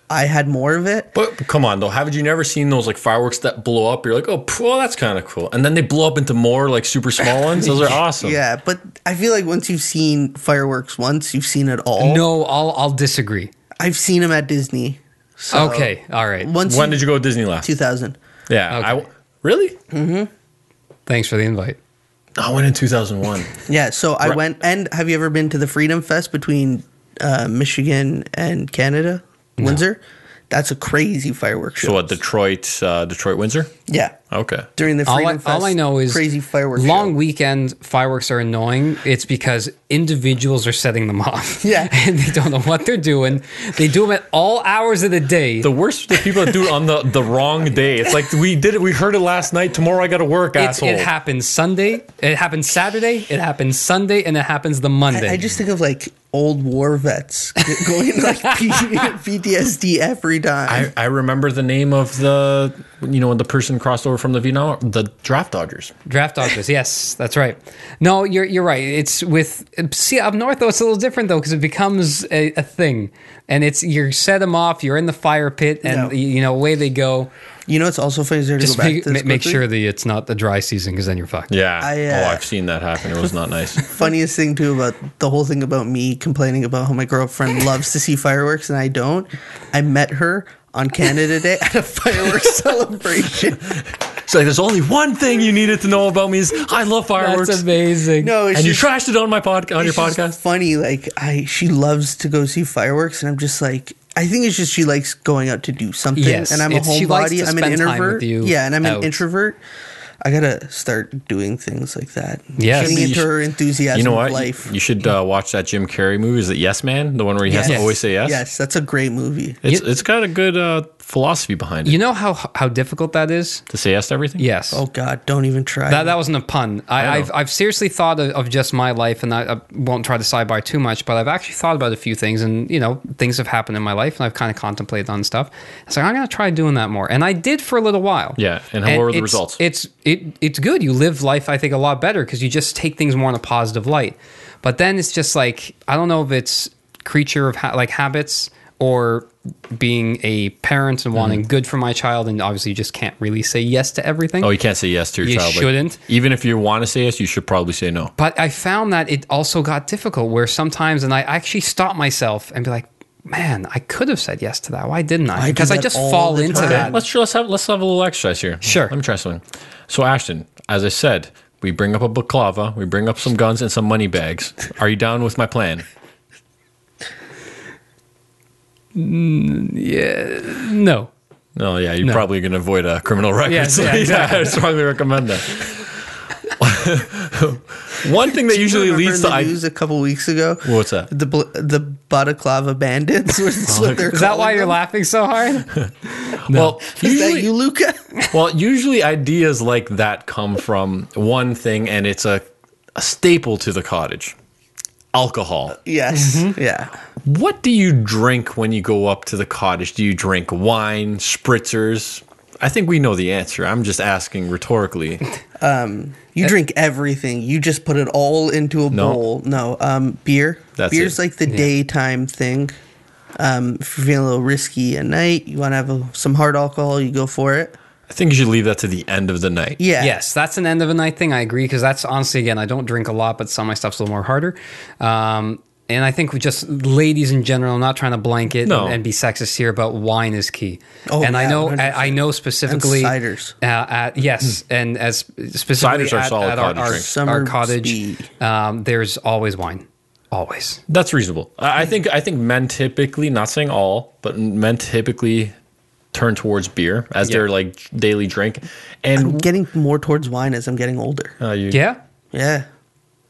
D: I had more of it.
B: But come on, though, haven't you never seen those like fireworks that blow up? You're like, oh, pff, well, that's kind of cool, and then they blow up into more like super small ones. Those are awesome.
D: Yeah, but I feel like once you've seen fireworks once, you've seen it all.
C: No, I'll I'll disagree.
D: I've seen them at Disney. So
C: okay, all right.
D: Once
B: When did you go to Disneyland?
D: Two thousand.
B: yeah.
C: Okay.
B: I, really?
C: Thanks for the invite.
B: I went in 2001.
D: Yeah, so I
B: Right.
D: went. And have you ever been to the Freedom Fest between uh, Michigan and Canada, Windsor? That's a crazy fireworks show.
B: so what? Oh. Detroit, uh, Detroit, Windsor.
D: yeah.
B: Okay.
D: During the
C: All
D: Freedom
C: I,
D: Fest,
C: all I know is
D: crazy fireworks.
C: Long
D: show.
C: weekend fireworks are annoying. It's because individuals are setting them off.
D: Yeah.
C: and they don't know what they're doing. They do them at all hours of the day.
B: The worst the people that do it on the, the wrong day. It's like we did it. We heard it last night. Tomorrow I got to work,
C: It's,
B: asshole.
C: it happens Sunday. It happens Saturday. It happens Sunday, and it happens the Monday.
D: I, I just think of like old war vets going like P- PTSD every time.
B: I, I remember the name of the you know when the person crossed over from the Vietnam the draft dodgers.
C: Draft dodgers, yes, that's right. No, you're you're right. It's with see up north though. It's a little different though because it becomes a, a thing, and it's you set them off. You're in the fire pit, and
D: No.
C: you, you know away they go.
D: you know, it's also funny to go
C: Just
D: back
C: make,
D: to this
C: ma- make
D: quickly.
C: sure that it's not the dry season because then you're fucked.
B: Yeah.
D: I, uh,
B: oh, I've seen that happen. It was not nice.
D: funniest thing too about the whole thing about me complaining about how my girlfriend loves to see fireworks and I don't. I met her on Canada Day at a fireworks celebration.
B: It's like there's only one thing you needed to know about me is I love fireworks.
C: That's amazing.
D: No, it's
B: and you
D: just-
B: trashed it on my podcast on your
D: it's just
B: podcast.
D: Funny, like I she loves to go see fireworks, and I'm just like. I think it's just she likes going out to do something,
C: Yes,
D: and I'm a
C: it's- she likes
D: homebody.
C: to
D: I'm an
C: spend time with
D: introvert.
C: you
D: Yeah, and I'm
C: out.
D: an introvert. I gotta start doing things like that.
C: Yes.
D: getting
C: You
D: into
B: should-
D: her enthusiasm
B: You know
D: of
B: what?
D: life.
B: You, you should uh, watch that Jim Carrey movie. Is it Yes Man? The one where he has
D: Yes.
B: to always say yes.
D: yes, that's a great movie.
B: It's
C: Yep.
B: it's got a good uh, philosophy behind it.
C: You know how how difficult that is.
B: to say yes to everything?
C: Yes.
D: Oh God, don't even try.
C: That, that wasn't a pun. I,
B: know.
C: I've, I've seriously thought of, of just my life, and I, I won't try to sidebar too much, but I've actually thought about a few things, and you know, things have happened in my life, and I've kind of contemplated on stuff. So I'm gonna try doing that more, and I did for a little while.
B: Yeah, and how- what were the
C: it's-
B: results?
C: It's it it's good. You live life, I think, a lot better because you just take things more in a positive light. But then it's just like I don't know if it's creature of ha- like habits or being a parent and
B: Mm-hmm.
C: wanting good for my child, and obviously you just can't really say yes to everything.
B: Oh, you can't say yes to your
C: You
B: child. like,
C: shouldn't.
B: even if you want to say yes, you should probably say no.
C: but I found that it also got difficult where sometimes, and I actually stop myself and be like, man, I could have said yes to that. Why didn't I?
D: I do
C: because I
D: that
C: just
D: all
C: fall
D: the
C: into
D: time.
C: that.
B: Let's let's have let's have a little exercise here.
C: Sure.
B: Let me try something. So Ashton, as I said, we bring up a baklava, we bring up some guns and some money bags. Are you down with my plan?
C: No.
B: No, Oh, yeah, you're probably going to avoid a criminal record.
C: Yes,
B: so
C: yeah,
B: I strongly recommend that. One thing that
D: Do you
B: usually
D: remember
B: leads
D: in
B: to
D: the
B: I,
D: news a couple weeks ago.
B: What's that?
D: The bl- the Balaclava Bandits. Is what they're
C: Is that why
D: calling
C: you're
D: them.
C: laughing so hard?
B: well,
D: Is
B: usually,
D: that you, Luca?
B: well, usually ideas like that come from one thing, and it's a, a staple to the cottage: alcohol.
D: yes.
C: Mm-hmm.
D: Yeah.
B: What do you drink when you go up to the cottage? Do you drink wine, spritzers? I think we know the answer. I'm just asking rhetorically.
D: You drink everything. You just put it all into a
B: Eh? No.
D: bowl. No, um, beer.
B: That's
D: Beer's
B: it.
D: like the daytime thing. Um, if you're feeling a little risky at night, you want to have a, some hard alcohol, you go for it.
B: I think you should leave that to the end of the night.
D: Yeah.
C: Yes, that's an end of a night thing. I agree because that's honestly, again, I don't drink a lot, but some of my stuff's a little more harder. Um, and I think we just ladies in general. I'm not trying to blanket
B: No.
C: and, and be sexist here, but wine is key.
D: Oh,
C: and I
D: yeah,
C: know, I, I
D: 100%.
C: know specifically
D: And ciders. Mm.
C: Uh, at, yes, and as specifically
B: Ciders are
C: at,
B: solid
C: at our,
B: cottage
C: our,
B: drinks.
D: Summer
C: our cottage,
D: speed.
C: um, there's always wine, always.
B: That's reasonable. I I think I think men typically, not saying all, but men typically turn towards beer as their like daily drink.
D: I'm
B: And
D: getting more towards wine as I'm getting older.
B: uh, you,
C: Yeah,
D: Yeah.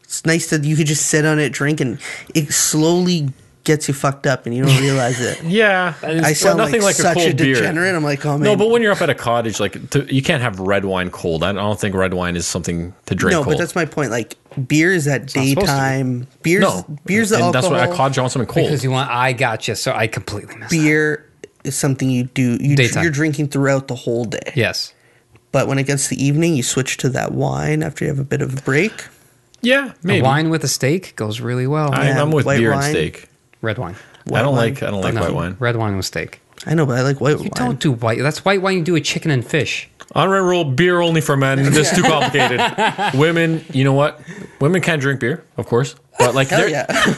D: It's nice that you could just sit on it, drink, and it slowly gets you fucked up and you don't realize it.
B: yeah, it's-
D: I
B: well,
D: sound like, such a degenerate. I'm like, oh man.
B: No, but when you're up at a cottage, like to, you can't have red wine cold. I don't think red wine is something to drink.
D: no,
B: cold.
D: but that's my point. Like, beer is that
C: not supposed to be.
D: daytime. Beer's,
B: no.
D: beer's the
B: and
D: alcohol.
B: that's why a cottage I want something cold.
C: because you want. I got you. So I completely missed. that.
D: beer is something you do you,
C: Daytime.
D: you're drinking throughout the whole day
C: Yes.
D: but when it gets to the evening you switch to that wine after you have a bit of a break
B: yeah, maybe.
C: Wine with a steak goes really well.
B: I,
D: Yeah,
B: I'm with
D: white
B: beer and
D: wine.
B: steak.
C: Red wine.
B: I don't
D: wine.
B: like I don't like
C: No,
B: white wine.
C: Red wine with steak.
D: i know but i like white
C: You
D: wine
C: don't do white. That's white wine. You do a chicken and fish.
B: Honorary rule: beer only for men. This is too complicated. Women, you know what? Women can drink beer, of course, but like,
D: Hell
B: they're-
D: yeah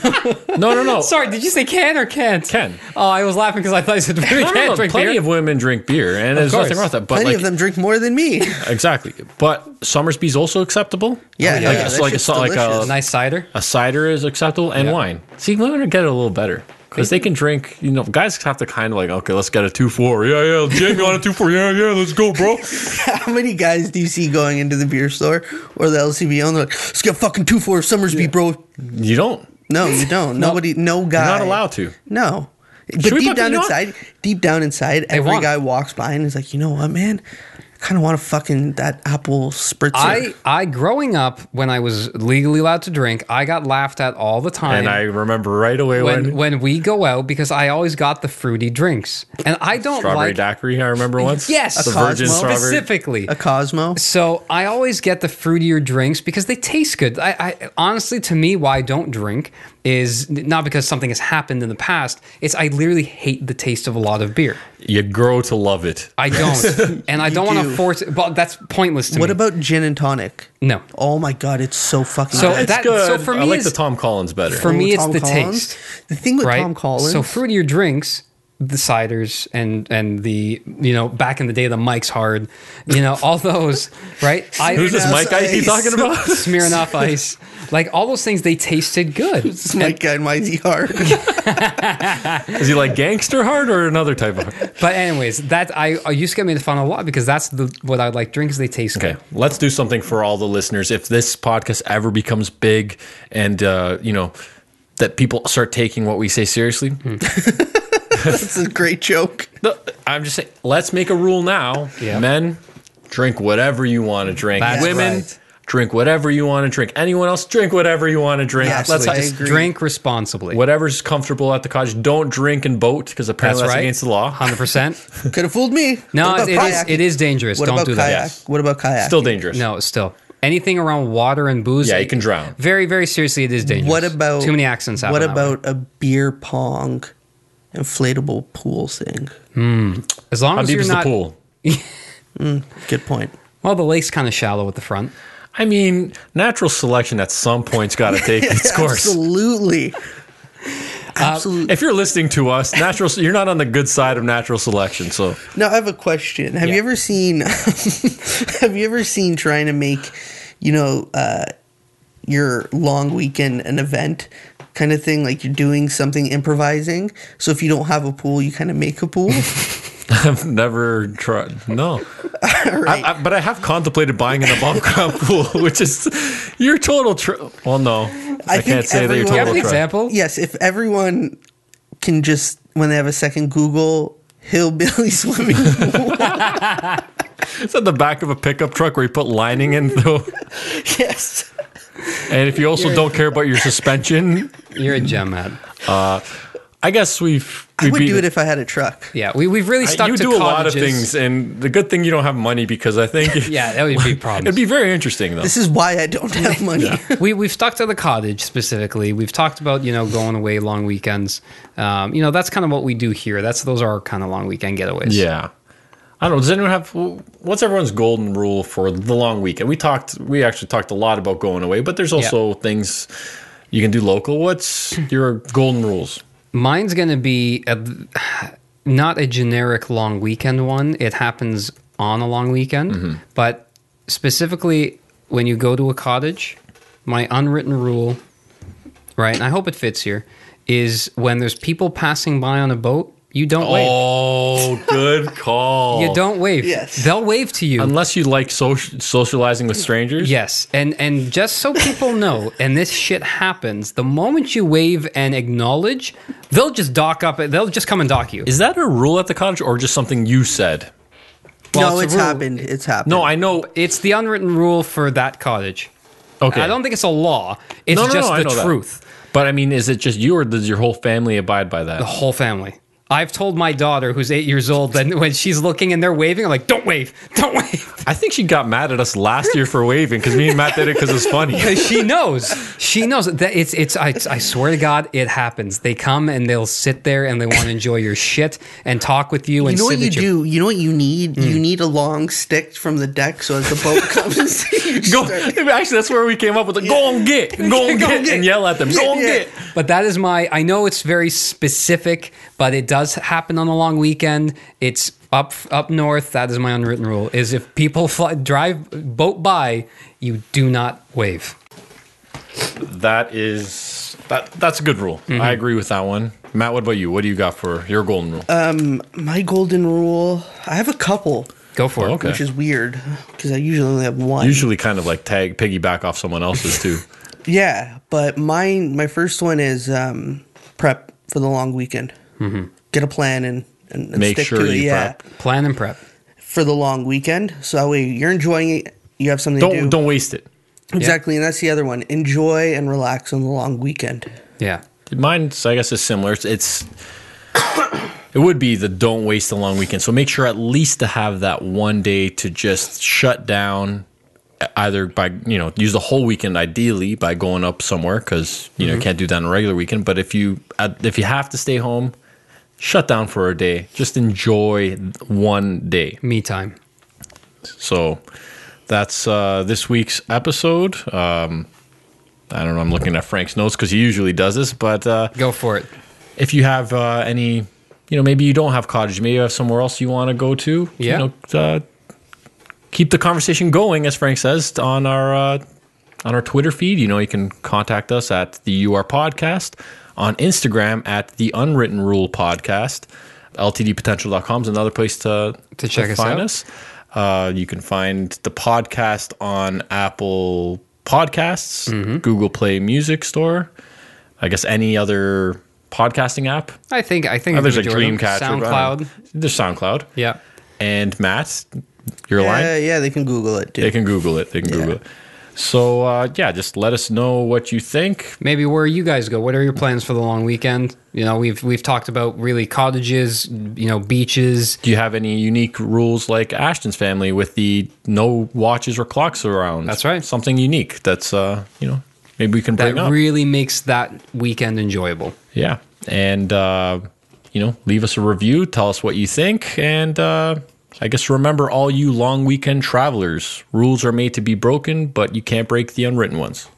B: no, no, no.
C: Sorry, did you say can or can't?
B: Can.
C: Oh, I was laughing because I thought you said really
B: No, no,
C: can't
B: no,
C: drink
B: plenty
C: beer.
B: of women drink beer, and there's
C: course.
B: nothing wrong with that. But
D: plenty
B: like,
D: of them drink more than me
B: exactly. But Somersby's also acceptable.
D: yeah,
B: like,
D: yeah,
B: it's
D: that
B: like, it's
D: shit's
B: like
D: delicious.
B: a,
D: of-
C: nice cider.
B: a cider is acceptable, and
C: Yeah.
B: wine. See, women get it a little better because they can drink. You know, guys have to kind of like, okay, let's get a two four. Yeah, yeah, Jamie on a two four. Yeah, yeah, let's go, bro.
D: how many guys do you see going into the beer store or the lcbo and they're like let's get fucking two for summersby bro
B: You don't.
D: no you don't nobody no guy
B: You're not allowed to.
D: no but
B: we
D: deep
B: put-
D: down
B: you know what?
D: inside, deep down inside, every
C: want it.
D: guy walks by and is like, "You know what, man? I kind of want to fucking that apple spritzer."
C: I, I growing up when I was legally allowed to drink, I got laughed at all the time.
B: And I remember right away when,
C: when when we go out because I always got the fruity drinks, and I don't
B: strawberry
C: like
B: daiquiri. I remember once.
C: yes
B: the
D: Cosmo.
B: virgin strawberry.
C: specifically
D: a Cosmo.
C: So I always get the fruitier drinks because they taste good. I, I honestly, to me, why I don't drink is not because something has happened in the past. It's I literally hate the taste of a lot of beer.
B: You grow to love it.
C: I don't, and I don't want to
D: do.
C: force. it, But that's pointless to
D: What
C: me.
D: about gin and tonic?
C: No.
D: Oh my god, it's so fucking
C: So
D: good.
B: It's
C: that-
B: good.
C: so for
B: I
C: me
B: like the
C: is-
B: Tom Collins better.
C: for me, it's
D: Tom
C: the
D: Collins.
C: taste,
D: The thing with
C: right?
D: Tom Collins.
C: So fruitier drinks. The ciders and and the you know back in the day the Mike's hard you know all those right I,
B: Who's this
D: Yes,
B: Mike guy you
D: ice.
B: talking about?
C: Smirnoff Ice like all those things they tasted good
D: It's my guy, my ZR.
B: Is he like gangster hard or another type of hard?
C: But anyways, that I, uh, I used to get made fun of a lot because that's the what I like drinks they taste
B: Okay,
C: good.
B: let's do something for all the listeners. If this podcast ever becomes big
C: Hmm.
B: and, uh, you know, that people start taking what we say seriously,
D: That's a great joke.
B: No, I'm just saying, let's make a rule now.
C: Yeah.
B: Men, drink whatever you want to drink.
C: That's
B: Women,
C: right.
B: drink whatever you want to drink. Anyone else, drink whatever you want to drink.
D: Yes,
B: let's
D: I
B: just
D: agree.
C: Drink responsibly.
B: whatever's comfortable at the cottage. Don't drink and boat because apparently
C: That's
B: that's,
C: right.
B: against the law.
C: Hundred percent.
D: Could have fooled me.
C: No,
D: What about
C: it is.
D: kayaking?
C: It is dangerous.
D: What
C: Don't
D: about
C: do that.
D: kayak? What about kayak?
B: Still dangerous.
C: No, still anything around water and booze.
B: Yeah, you can drown.
C: Very, very seriously, it is dangerous.
D: What about
C: too many accents? happen
D: What
C: that way.
D: about a beer pong, inflatable pool thing?
C: as long
B: How
C: as
B: deep
C: you're
B: is
C: not?
B: the pool?
D: Good point.
C: Well, the lake's kind of shallow at the front.
B: I mean, natural selection at some point's got to take its course.
C: Uh,
D: Absolutely. Absolutely.
B: If you're listening to us, natural, you're not on the good side of natural selection. So
D: Now I have a question. Have you ever seen? have you ever seen trying to make, you know, uh, your long weekend an event kind of thing? Like you're doing something improvising. So if you don't have a pool, you kind of make a pool.
B: I've never tried. No, I, I, but I have contemplated buying an above ground pool, which is your total. Tr- well, no, I,
D: think
B: can't say that you're
D: everyone-
C: Do you
B: total.
C: have an
B: try.
C: example?
D: yes, if everyone can just when they have a second Google hillbilly swimming pool.
B: It's at the back of a pickup truck where you put lining in, though.
D: yes.
B: And if you also don't care about your suspension,
C: You're a gem head.
B: I guess we've.
D: I would do it if I had a truck.
C: Yeah, we we've really stuck
B: you
C: to
B: do a
C: cottages.
B: lot of things, and the good thing you don't have money because I think
C: Yeah, that would be problems.
B: it'd be very interesting though.
D: This is why I don't have money.
C: we we've stuck to the cottage specifically. We've talked about you know going away long weekends. Um, you know that's kind of what we do here. That's those are our kind of long weekend getaways.
B: Yeah. I don't know. Does anyone have what's everyone's golden rule for the long weekend? We talked. We actually talked a lot about going away, but there's also things you can do local. What's your golden rules?
C: Mine's going to be a, not a generic long weekend one. It happens on a long weekend, but specifically when you go to a cottage, my unwritten rule, right? And I hope it fits here, is when there's people passing by on a boat, you don't wave.
B: Oh, good call.
C: You don't wave.
D: Yes.
C: They'll wave to you.
B: unless you like soci- socializing with strangers.
C: Yes, and and just so people know, and this shit happens, the moment you wave and acknowledge, they'll just dock up. They'll just come and dock you.
B: Is that a rule at the cottage or just something you said?
C: Well,
D: no,
C: it's
D: it's,
C: a rule.
D: happened. It's happened.
B: No, I know.
C: It's the unwritten rule for that cottage.
B: Okay.
C: I don't think it's a law. It's
B: No, no, no,
C: just
B: I know
C: the
B: that.
C: truth.
B: But I mean, is it just you or does your whole family abide by that?
C: The whole family. I've told my daughter, who's eight years old, that when she's looking and they're waving, I'm like, "Don't wave, don't wave,"
B: I think she got mad at us last year for waving because me and Matt did it because it's funny.
C: because she knows. She knows that it's it's. I, I swear to God, it happens. They come and they'll sit there and they want to enjoy your shit and talk with you
D: You
C: and
D: know
C: sit
D: what you
C: at your
D: do? You know what you need?
B: Hmm.
D: You need a long stick from the deck so as the boat comes. you
B: go.
D: start-
B: Actually, that's where we came up with the go and get, go and
C: Go
B: get,
C: and get.
B: and yell at them. Go and
D: Yeah.
B: get.
C: But that is my. I know it's very specific, but it does happen on a long weekend. It's up up north. That is my unwritten rule: is if people fly, drive boat by, you do not wave.
B: That is that. That's a good rule. I agree with that one. Matt, what about you? What do you got for your golden rule?
D: My golden rule. I have a couple,
C: Go for it.
B: Okay.
D: which is weird because I usually only have one.
B: Usually, kind of like tag piggyback off someone else's too.
D: Yeah, but mine. My first one is um, prep for the long weekend. Get a plan and, and, and
B: Mm-hmm. Make
D: stick
B: sure
D: to it.
B: you
D: yeah,
B: prep.
C: Plan and prep.
D: for the long weekend. So that way you're enjoying it. You have something
B: Don't
D: to do.
B: don't waste it.
D: exactly, and that's the other one. Enjoy and relax on the long weekend.
C: Yeah.
B: Mine, I guess, is similar. It's, it's it would be the don't waste a long weekend. So make sure at least to have that one day to just shut down, e, either by you know use the whole weekend ideally by going up somewhere because you know you can't do that on a regular weekend. But if you at- if you have to stay home, shut down for a day. Just enjoy one day.
C: Me time.
B: So that's uh, this week's episode. Um, I don't know. I'm looking at Frank's notes because he usually does this, but. Uh,
C: Go for it.
B: if you have uh, any, you know, maybe you don't have cottage, maybe you have somewhere else you want to go to.
C: Yeah.
B: You know, uh, keep the conversation going, as Frank says, on our uh, on our Twitter feed. You know, you can contact us at the UR Podcast on Instagram at the Unwritten Rule Podcast. LTDPotential.com is another place to
C: To check us
B: find
C: out.
B: us. Uh, you can find the podcast on Apple
C: Mm-hmm.
B: Podcasts, Google Play Music Store. I guess any other podcasting app.
C: I think I think
B: Oh, there's a
C: agree with Jordan.
B: Dreamcatcher. but I
C: SoundCloud.
B: don't know. There's SoundCloud.
C: Yeah.
B: And Matt, your line.
D: Yeah, yeah, they can Google it, dude.
B: They can Google it. They can Google it. So uh, yeah, just let us know what you think.
C: Maybe where you guys go. What are your plans for the long weekend? You know, we've we've talked about really cottages, you know, beaches.
B: Do you have any unique rules like Ashton's family with the no watches or clocks around?
C: That's right.
B: Something unique. That's uh, you know maybe we can
C: That
B: bring up.
C: really makes that weekend enjoyable.
B: yeah, and uh, you know leave us a review. Tell us what you think, and uh, I guess remember all you long weekend travelers. Rules are made to be broken, but you can't break the unwritten ones.